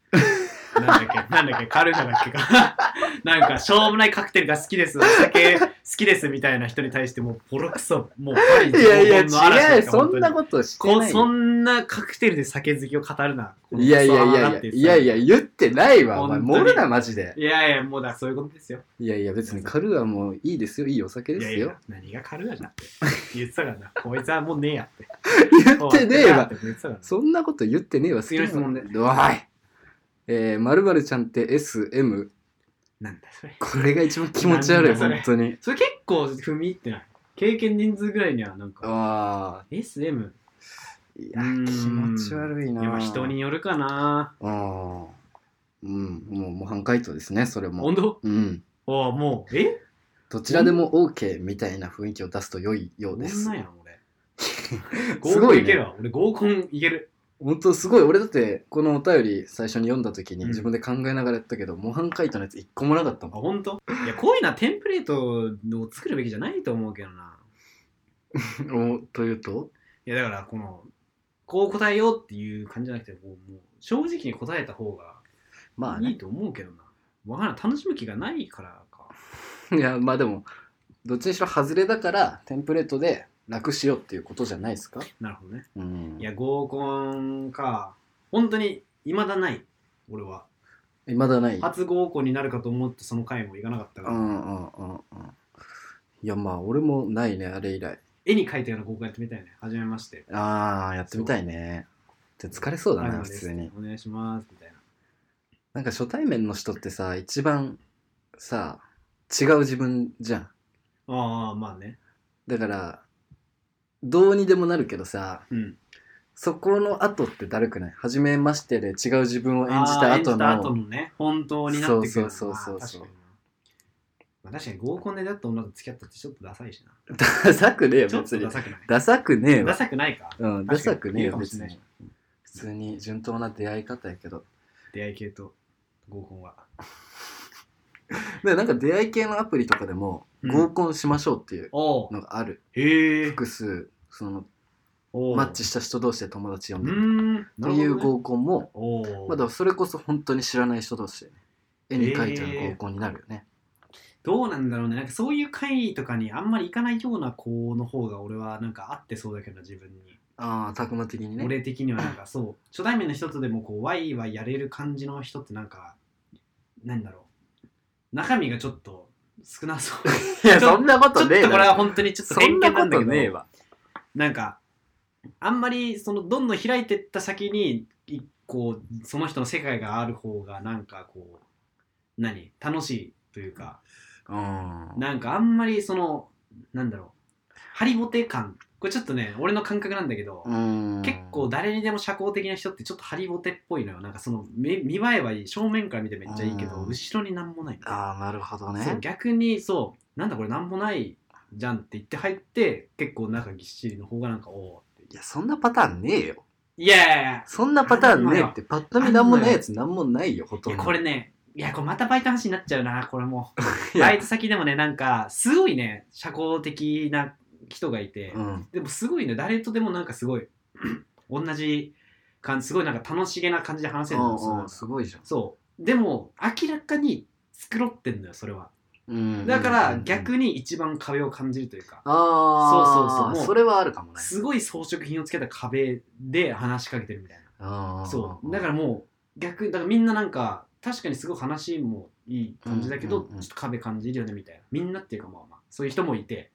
S2: なんだっけなんだっけカルファだっけか なんかしょうもないカクテルが好きですお酒好きですみたいな人に対してもうボロクソもうパリ
S1: いやいや
S2: 黄金の嵐だ
S1: 違う
S2: から
S1: そんな
S2: 本当に
S1: ことして
S2: こ
S1: ない
S2: そ
S1: よ
S2: んなカクテルで酒好きを語るな。この
S1: いやいやいやいやいやいや言ってないわお前
S2: 本当に
S1: 盛るなマジで
S2: いやいや、もうだ、そういうことですよ。
S1: いやいや別にカルはもういいですよいいお酒
S2: い
S1: で
S2: や
S1: す
S2: い
S1: よ
S2: や、何が軽やなって。言ってたからな。こいつはもうねえやって。
S1: 言 ってねえわ
S2: 言ってたからな
S1: そんなこと言ってねえわ好き
S2: 次の質問で
S1: おいえー、まるちゃんって SM
S2: なんだそれ。
S1: これが一番気持ち悪い
S2: なん
S1: 本
S2: だ
S1: 当に
S2: それ結構踏み入ってない。経験人数ぐらいにはなんか、
S1: あ
S2: SM。
S1: あいや
S2: うーん
S1: 気持ち悪いな
S2: でも人によるかな。
S1: ああうんもう模範解答ですねそれも
S2: 温度
S1: うん
S2: おうもう、え
S1: どちらでも OK みたいな雰囲気を出すと良いようです
S2: 女やん、 俺。
S1: す
S2: 合コ
S1: ご
S2: ン
S1: いね
S2: いけるわ。俺合コンいける。
S1: 本当すごい俺だってこのお便り最初に読んだ時に
S2: うん
S1: 自分で考えながらやったけど、模範解答のやつ一個もなかった
S2: あ、
S1: もん
S2: ほんといや、こういうのはテンプレートを作るべきじゃないと思うけどな。
S1: おというと
S2: いやだからこのこう答えようっていう感じじゃなくてこうもう正直に答えた方が
S1: まあ
S2: いい
S1: ね
S2: と思うけどな、わからん楽しむ気がないからか
S1: いやまあでもどっちにしろ外れだからテンプレートで楽しようっていうことじゃないですか
S2: なるほどね
S1: うん
S2: いや合コンか本当にいまだない俺はい
S1: まだない
S2: 初合コンになるかと思ってその回も行かなかった
S1: う
S2: から、
S1: んうんうんうんいやまあ俺もないねあれ以来
S2: 絵に描いたような合コンやってみたいね初めまして
S1: ああやってみたいねで疲れそうだ
S2: あ
S1: な
S2: の
S1: 普通に
S2: お願いしますみたいな
S1: なんか初対面の人ってさ一番さ違う自分じゃん
S2: ああまあね
S1: だからどうにでもなるけどさ
S2: うん
S1: そこの後ってだるくない初めましてで違う自分を演じた
S2: あー演
S1: 後
S2: じた後
S1: の
S2: のね本当になってくる
S1: そうそうそうそうそう
S2: まあ確かになまあ確かに合コンでだった女と付き合ったってちょっとダサいしな
S1: ダサくねえよ
S2: ちょっ
S1: 別
S2: と
S1: に
S2: ダサくない。
S1: ダサくねえ
S2: ダ
S1: わ
S2: サくないか。
S1: うんダ
S2: 確かに
S1: サくねえ
S2: いいか
S1: よ
S2: もし
S1: 別
S2: れない
S1: に普通に順当な出会い方やけど
S2: 出会い系と合コンは。
S1: でなんか出会い系のアプリとかでも
S2: うん
S1: 合コンしましょうっていう
S2: おお。
S1: のがある
S2: へえ。
S1: 複数その
S2: おう
S1: マッチ。した人同士で友達呼
S2: うん
S1: でる
S2: ーん。
S1: と
S2: なるほどね
S1: いう合コンも
S2: おお。
S1: まあだからそれこそ本当に知らない人同士でね絵に描いたら合コンになるよね、
S2: どうなんだろうねなんかそういう会とかにあんまり行かないような子の方が俺はなんか合ってそうだけどな自分に、
S1: ああたくま的にね
S2: 俺的にはなんかそう初対面の人とでもこうワイワイやれる感じの人ってなんかなんだろう中身がちょっと少 なそう
S1: いや
S2: ちょ
S1: そんなこ
S2: ちょ
S1: と
S2: っと
S1: ねえ
S2: これ
S1: だ
S2: は
S1: ろ
S2: 本当にちょっと
S1: そんなこ
S2: なんだ
S1: と
S2: けど
S1: ねえわ
S2: なんかあんまりそのどんどん開いてった先にいこうその人の世界がある方がなんかこう何楽しいというか
S1: うん
S2: なんかあんまりそのなんだろうハリボテ感これちょっとね俺の感覚なんだけど、
S1: うん
S2: 結構誰にでも社交的な人ってちょっとハリボテっぽいのよなんかその見見栄えはいい正面から見てめっちゃいいけど、
S1: うん
S2: 後ろになんもないの
S1: ああなるほど
S2: そう
S1: ね
S2: 逆にそうなんだこれなんもないじゃんって言って入って結構中ぎっしりの方がなんかおおって
S1: いやそんなパターンねえよ
S2: いやいやいや
S1: そんなパターンねえってパッと見なんもないやつなんもないよほ
S2: い
S1: とん
S2: や
S1: ど
S2: これねいやこれまたバイトの話になっちゃうなこれも
S1: いや
S2: バイト先でもねなんかすごいね社交的な人がいて、
S1: うん
S2: でもすごいね誰とでもなんかすごい 同じ感じすごいなんか楽しげな感じで話せるの
S1: うんうん
S2: そ
S1: すごいじゃん
S2: そうでも明らかに繕ってんのよそれは
S1: うん
S2: だか
S1: うんうん
S2: ら
S1: うん
S2: 逆に一番壁を感じるというか、
S1: ああ
S2: そうそうそうもう
S1: それはあるかもね
S2: すごい装飾品をつけた壁で話しかけてるみたいなそうだかららもう逆だからみんななんか確かにすごい話もいい感じだけど、
S1: うんうんうん
S2: ちょっと壁感じるよねみたいなみんなっていうかまあまあそういう人もいて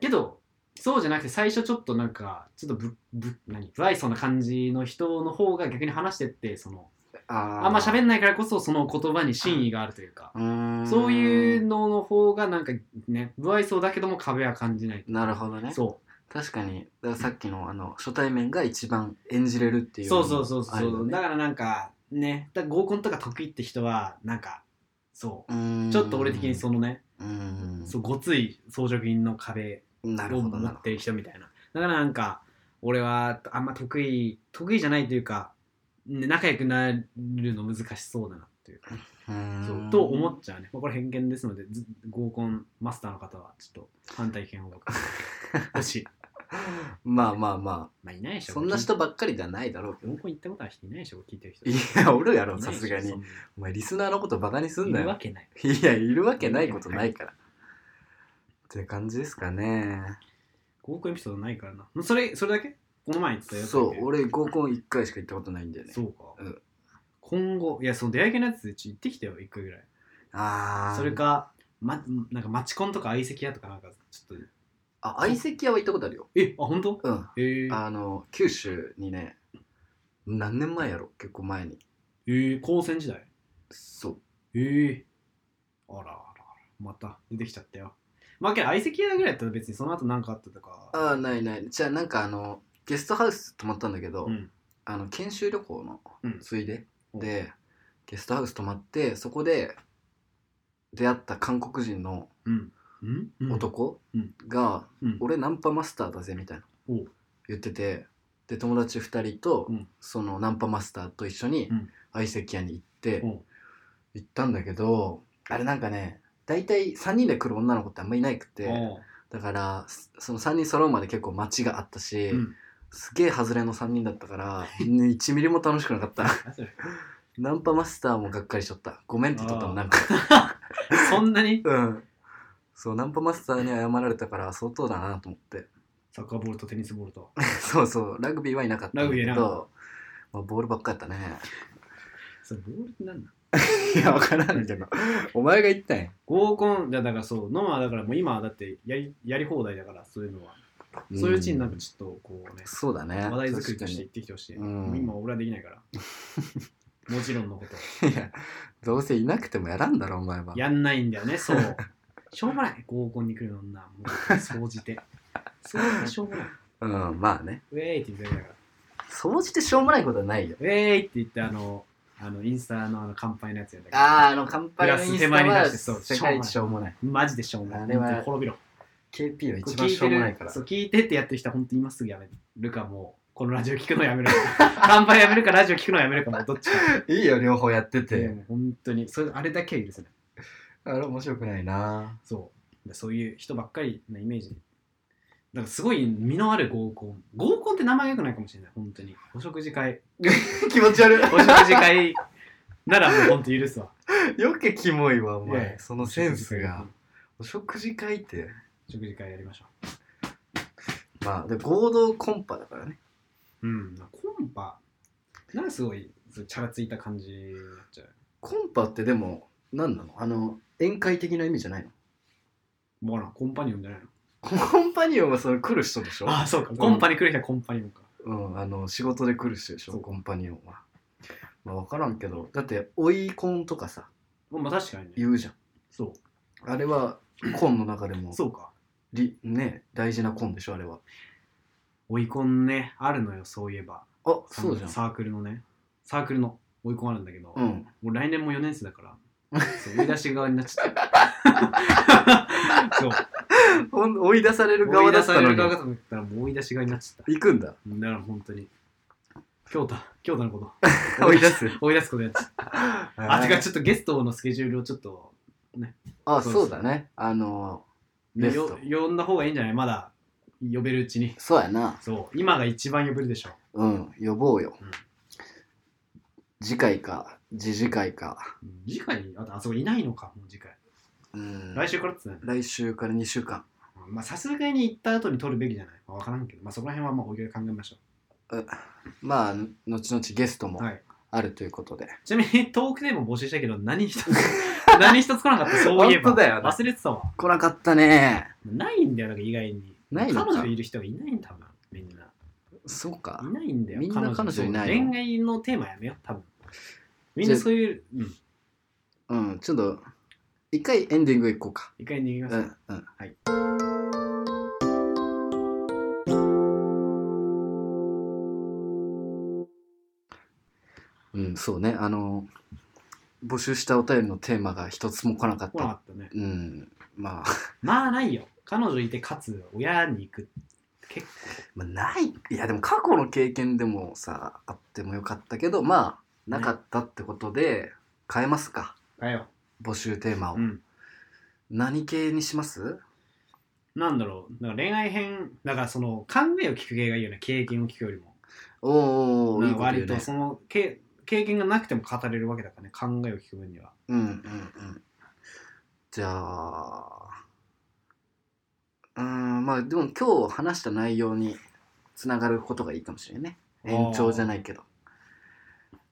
S2: けどそうじゃなくて最初ちょっとなんかちょっとぶぶ何不愛想な感じの人の方が逆に話してってその
S1: あ
S2: あんま喋
S1: ん
S2: んないからこそその言葉に真意があるというか、
S1: うーん
S2: そういうのの方がなんかね不愛想だけども壁は感じない、
S1: なるほどね
S2: そ
S1: 確かにだからさっきのあの初対面が一番演じれるって
S2: う
S1: いう
S2: そうそうそう
S1: あ
S2: そ
S1: る
S2: う、
S1: よね
S2: だからなんかねだから合コンとか得意って人はなんかそうう
S1: ーん
S2: ちょっと俺的にそのね、
S1: うーん
S2: そうごつい装飾品の壁
S1: なる
S2: を
S1: ほど
S2: 持
S1: な
S2: ってる人みたいなだからなんか俺はあんま得意得意じゃないというか、ね、仲良くなるの難しそうだなっていうか
S1: うーん
S2: そうと思っちゃうね、まあ、これ偏見ですのでず合コンマスターの方はちょっと反対意見を僕欲しい
S1: まあまあ ま
S2: まあいないでし
S1: あ
S2: ょ
S1: そんな人ばっかりではないだろうけど
S2: 合コン行ったことある人いないでしょ聞いてる人
S1: いやおるやろ
S2: いない
S1: さ
S2: でしょ
S1: すがに
S2: そんな
S1: お前リスナーのことバカにすんない
S2: る
S1: よ
S2: わけない
S1: いやいるわけないことないからって感じですかね
S2: 合コンエピソードないからなそれそれだけこの前言ってたよ
S1: そう俺合コン1回しか行ったことないんだよね
S2: そうか、
S1: うん
S2: 今後いやその出会い系のやつうち行ってきたよ一回ぐらい
S1: ああ
S2: それか、ま、なんかマチコンとか相席屋とかなんかちょっと
S1: あ相席屋は行ったことあるよ
S2: えあ本当
S1: うん
S2: えー、
S1: あの九州にね何年前やろ結構前に
S2: えー、高専時代
S1: そう
S2: ええあらあらあら、また出てきちゃったよ。まあ、けど相席屋ぐらいだったら別にその後何かあったとか。
S1: ああないないじゃあなんかあのゲストハウス泊まったんだけど、
S2: うん。
S1: あの研修旅行の
S2: うん
S1: ついで、
S2: うん
S1: でゲストハウス泊まってそこで出会った韓国人の
S2: うん。うん、うん、
S1: 男
S2: うん
S1: が「
S2: うん
S1: 俺ナンパマスターだぜ」みたいな
S2: おう
S1: 言っててで友達2人と、
S2: うん
S1: そのナンパマスターと一緒に
S2: うん
S1: 相席屋に行って、
S2: おう
S1: 行ったんだけどあれなんかね大体3人で来る女の子ってあんまいなくて、
S2: おう
S1: だからそその3人揃うまで結構待ちがあったし、
S2: うん。
S1: すげえ外れの3人だったから、ね、1ミリも楽しくなかった
S2: あそれ
S1: ナンパマスターもがっかりしちゃったごめんって言っとったもんなんか
S2: そんなに
S1: うんそうナンパマスターに謝られたから相当だなと思って
S2: サッカーボールとテニスボールと。
S1: そうそうラグビーはいなかったんだけ
S2: ラグビーいなか
S1: ど、まあ、ボールばっかやったね
S2: それボールって何なん
S1: いやわからんけどお前が言ったんや
S2: 合コン、だだからそう、ノアはだからもう今はだってやりやり放題だから、そういうのは。そういううちになんか
S1: ん
S2: ちょっとこうね、
S1: そうだね
S2: 話題作りとして
S1: 確
S2: 行ってきてほしい。
S1: うん
S2: 今俺はできないから。 もちろんのこと。
S1: かにいやどうせいなくてもやらんだろお前は
S2: やんないんだ よね、そう。しょうもない、合コンに来る女、もう、総じて。総じてしょうもない。
S1: うんまあね
S2: ウェーイって言ってたから。
S1: 掃除ってしょうもないことはないよ
S2: ウェーイって言って、あの、あのインスタのあの乾杯のやつやったけど
S1: あああの乾杯
S2: グ
S1: の
S2: ラス
S1: イン
S2: 手
S1: スタ
S2: 前に出
S1: は
S2: してそう
S1: 世界一しょうもない
S2: マジでしょうもない。
S1: あれは
S2: 本当に滅びろ。
S1: KP は一
S2: こ
S1: 番
S2: れ聞
S1: しょうもないから
S2: てるそう、聞いてってやってる人、本当に今すぐやめるかもう、このラジオ聞くのやめるか。 乾杯やめるか、ラジオ聞くのやめるかもう、どっちか。
S1: いいよ両方やってて、
S2: でも本当に、それあれだけは許せない。
S1: あれ面白くないな
S2: そうでそういう人ばっかりなイメージだからすごい身のある合コン合コンって名前が良くないかもしれない本当にお食事会
S1: 気持ち悪い
S2: お食事会ならもうほんと許すわ。
S1: よけキモいわお
S2: いやい
S1: 前
S2: や
S1: そのセンスが。お食事会って
S2: 食事会やりましょ
S1: まあで合同コンパだからね
S2: う。うん。コンパ、なんかすごい、そうチャラついた感じになっちゃう。
S1: コンパってでも何なのあの宴会的な意味じゃないの
S2: もうな、コンパニオンじゃないの
S1: コンパニオンはその来る人でしょ
S2: あ、そうか。コンパに来る人はコンパニオンか。
S1: うん、あの仕事で来る人でしょ
S2: そう
S1: コンパニオンは。まあ分からんけどだって追い婚とかさ
S2: まあ確かにね。
S1: 言うじゃん
S2: そ
S1: あれ は婚の中でも
S2: う。そうか。
S1: り、ね、大事な婚でしょあれは
S2: 追い込んね、あるのよ、そういえば。
S1: あそうじゃん
S2: サークルのね。サークルの追い込んあるんだけど、
S1: う
S2: も
S1: ん
S2: う来年も4年生だから、 そう追い出し側になっちゃ った。そう。
S1: ほん追い出される
S2: 追
S1: 側
S2: い
S1: だ
S2: 出
S1: っ
S2: さ
S1: た
S2: れ
S1: の
S2: る側だ
S1: に
S2: と思ったらもう追い出し側になっちゃった。
S1: 行くんだ
S2: だから本当に。京太、京太のこと。
S1: 追い出す
S2: 追い出すことやっちゃった。 あ、てかちょっとゲストのスケジュールをちょっと、
S1: あ
S2: そう
S1: そうだねあのゲスト
S2: よ呼んだ方がいいんじゃないまだ呼べるうちに。
S1: そうやな
S2: そう。今が一番呼べるでしょ。
S1: うん呼ぼうよ、
S2: うん
S1: 次回か次々回か
S2: うん次回に、あとあそこいないのか、もう次回。
S1: うん
S2: 来週からって言ってたよね
S1: 来週から2週間
S2: まあさすがに行った後に取るべきじゃないわ、からんけど、まあそこら辺はまあ補強で考えましょ
S1: まあ後々ゲストも
S2: う。はい。
S1: あるということで、
S2: ちなみにトークでも募集したけど、何一つ、何一つ来なかった、そういえば。
S1: 本当だよな
S2: 忘れてたわ。
S1: 来なかったね
S2: ないんだよ、なんか意外に。
S1: ないのか
S2: 彼女いる人がいないんだ、多分みんな。
S1: そうか
S2: いないんだよ。
S1: みんな彼女いないの
S2: 恋愛のテーマやめよう、多分みんなそういう、うん。
S1: うんちょっと一回エンディングいこうか
S2: 一回逃げま
S1: う
S2: す。
S1: んうん
S2: はい
S1: うんそうねあの募集したお便りのテーマが一つも来なかっ
S2: 来な
S1: た
S2: かったね。
S1: うんまあ、
S2: まあないよ。彼女いて、かつ親に行く。結構。
S1: まあ、ないいやでも過去の経験でもさあってもよかったけどまあなかったってことで変えますか
S2: だよ。
S1: 募集テーマを、
S2: うん。
S1: 何系にします
S2: なんだろう。だから恋愛編、だからその考えを聞く系がいいよね。経験を聞くよりも。
S1: おーおーいい
S2: なん
S1: こ
S2: か
S1: と言
S2: 割
S1: う
S2: と
S1: ね
S2: そのけ経験がなくても語れるわけだからね考えを聞く分には
S1: うんうんうんじゃあうーんまあでも今日話した内容につながることがいいかもしれないね延長じゃないけど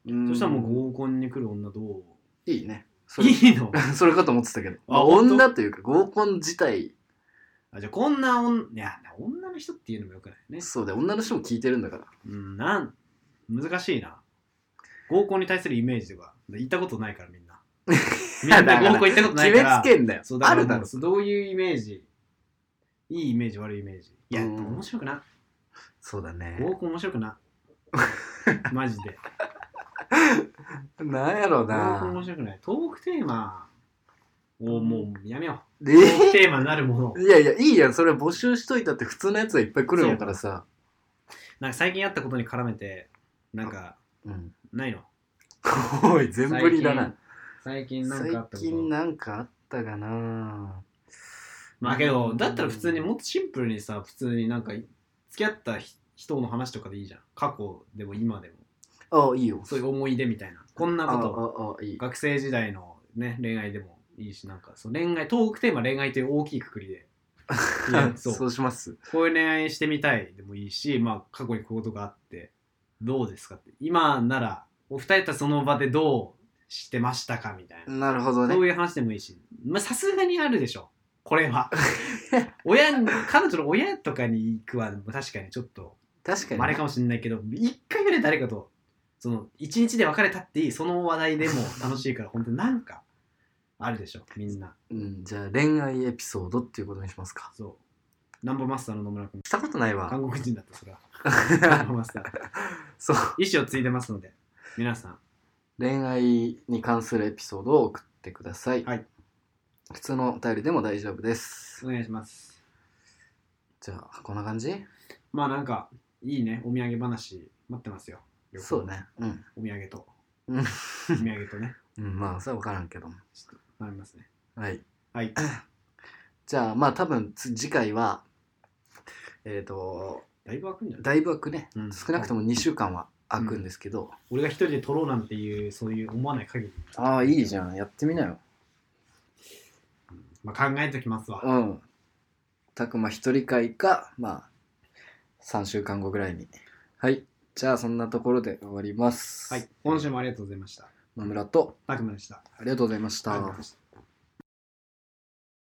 S2: そ
S1: そ
S2: したらもう合コンに来る女どう
S1: いいねそれ
S2: いいの
S1: それかと思ってたけどまあ
S2: 本当
S1: 女というか合コン自体
S2: あじゃあこんな女いや女の人っていうのもよくないね
S1: そうだよ女の人も聞いてるんだから
S2: うんなん難しいな合コンに対するイメージとか行ったことないからみんなみん
S1: だか
S2: な
S1: ら
S2: 合コン行ったことな
S1: 決
S2: い
S1: め
S2: から
S1: つけんだよ
S2: そうだ
S1: あ
S2: から
S1: るだ
S2: も
S1: ろ
S2: うそうどういうイメージいいイメージ悪いイメージいや
S1: うん
S2: 面白くな
S1: そうだね
S2: 合コン面白く なマジで
S1: なんやろう
S2: トーク面
S1: な
S2: 白くない。トークテーマをもうやめよ
S1: え
S2: う。トークテーマになるものを。
S1: いやいやいいやんそれ募集しといたって普通のやつはいっぱい来るんやからさ
S2: なんか最近あったことに絡めて、なんか、
S1: うん
S2: ないの
S1: おい全振りだな
S2: 最近なん
S1: 最
S2: かあったこ
S1: 近
S2: と。
S1: なんかあったかな
S2: まあけど、だったら普通にもっとシンプルにさ、普通になんか、付き合ったひ人の話とかでいいじゃん。過去でも今でも。
S1: あいいよ
S2: そういう思い出みたいな。こんな
S1: あ
S2: こ
S1: あ
S2: と、
S1: あいい
S2: 学生時代のね、恋愛でもいいし、なんか、そう恋愛、トークテーマ恋愛という大きいくくり で。いや
S1: そうします
S2: こういう恋愛してみたいでもいいし、まあ、過去にこういうことがあってどうですかって今ならお二人とはその場でどうしてましたかみたいな、
S1: なるほどね
S2: そういう話でもいいしまあさすがにあるでしょこれは 親に彼女の親とかに行くは確かにちょっと
S1: 確かに
S2: あれかもしれないけど一回ぐらい誰かとその一日で別れたっていいその話題でも楽しいから本当になんかあるでしょみんな
S1: うん、じゃあ恋愛エピソードっていうことにしますか
S2: そうナンバーマスターの野村君
S1: したことないわ
S2: 韓国人だったそれはナンバーマスター
S1: そう
S2: 意思を継いでますので皆さん
S1: 恋愛に関するエピソードを送ってください、
S2: はい
S1: 普通のお便りでも大丈夫です
S2: お願いします
S1: じゃあこんな感じ
S2: まあなんかいいねお土産話待ってますよ旅行
S1: そうねうん
S2: お土産と
S1: うん
S2: お土産とね
S1: うんまあそれは分からんけども
S2: ちょっとなりますね
S1: はい
S2: はい
S1: じゃあまあ多分つ次回はえっ、と
S2: だいぶ開くんじゃない
S1: だいぶ空くね、
S2: うん
S1: 少なくとも2週間は開くんですけど、
S2: 俺が一人で撮ろうなんていうそういう思わない限り、
S1: ああいいじゃんやってみなよ
S2: まあ、考えときますわ、
S1: うんたくま一人会かまあ3週間後ぐらいにはいじゃあそんなところで終わります
S2: はい今週もありがとうございました
S1: 野村と
S2: たくまでした
S1: ありがとうございまし
S2: ありがとうござい
S1: た
S2: ました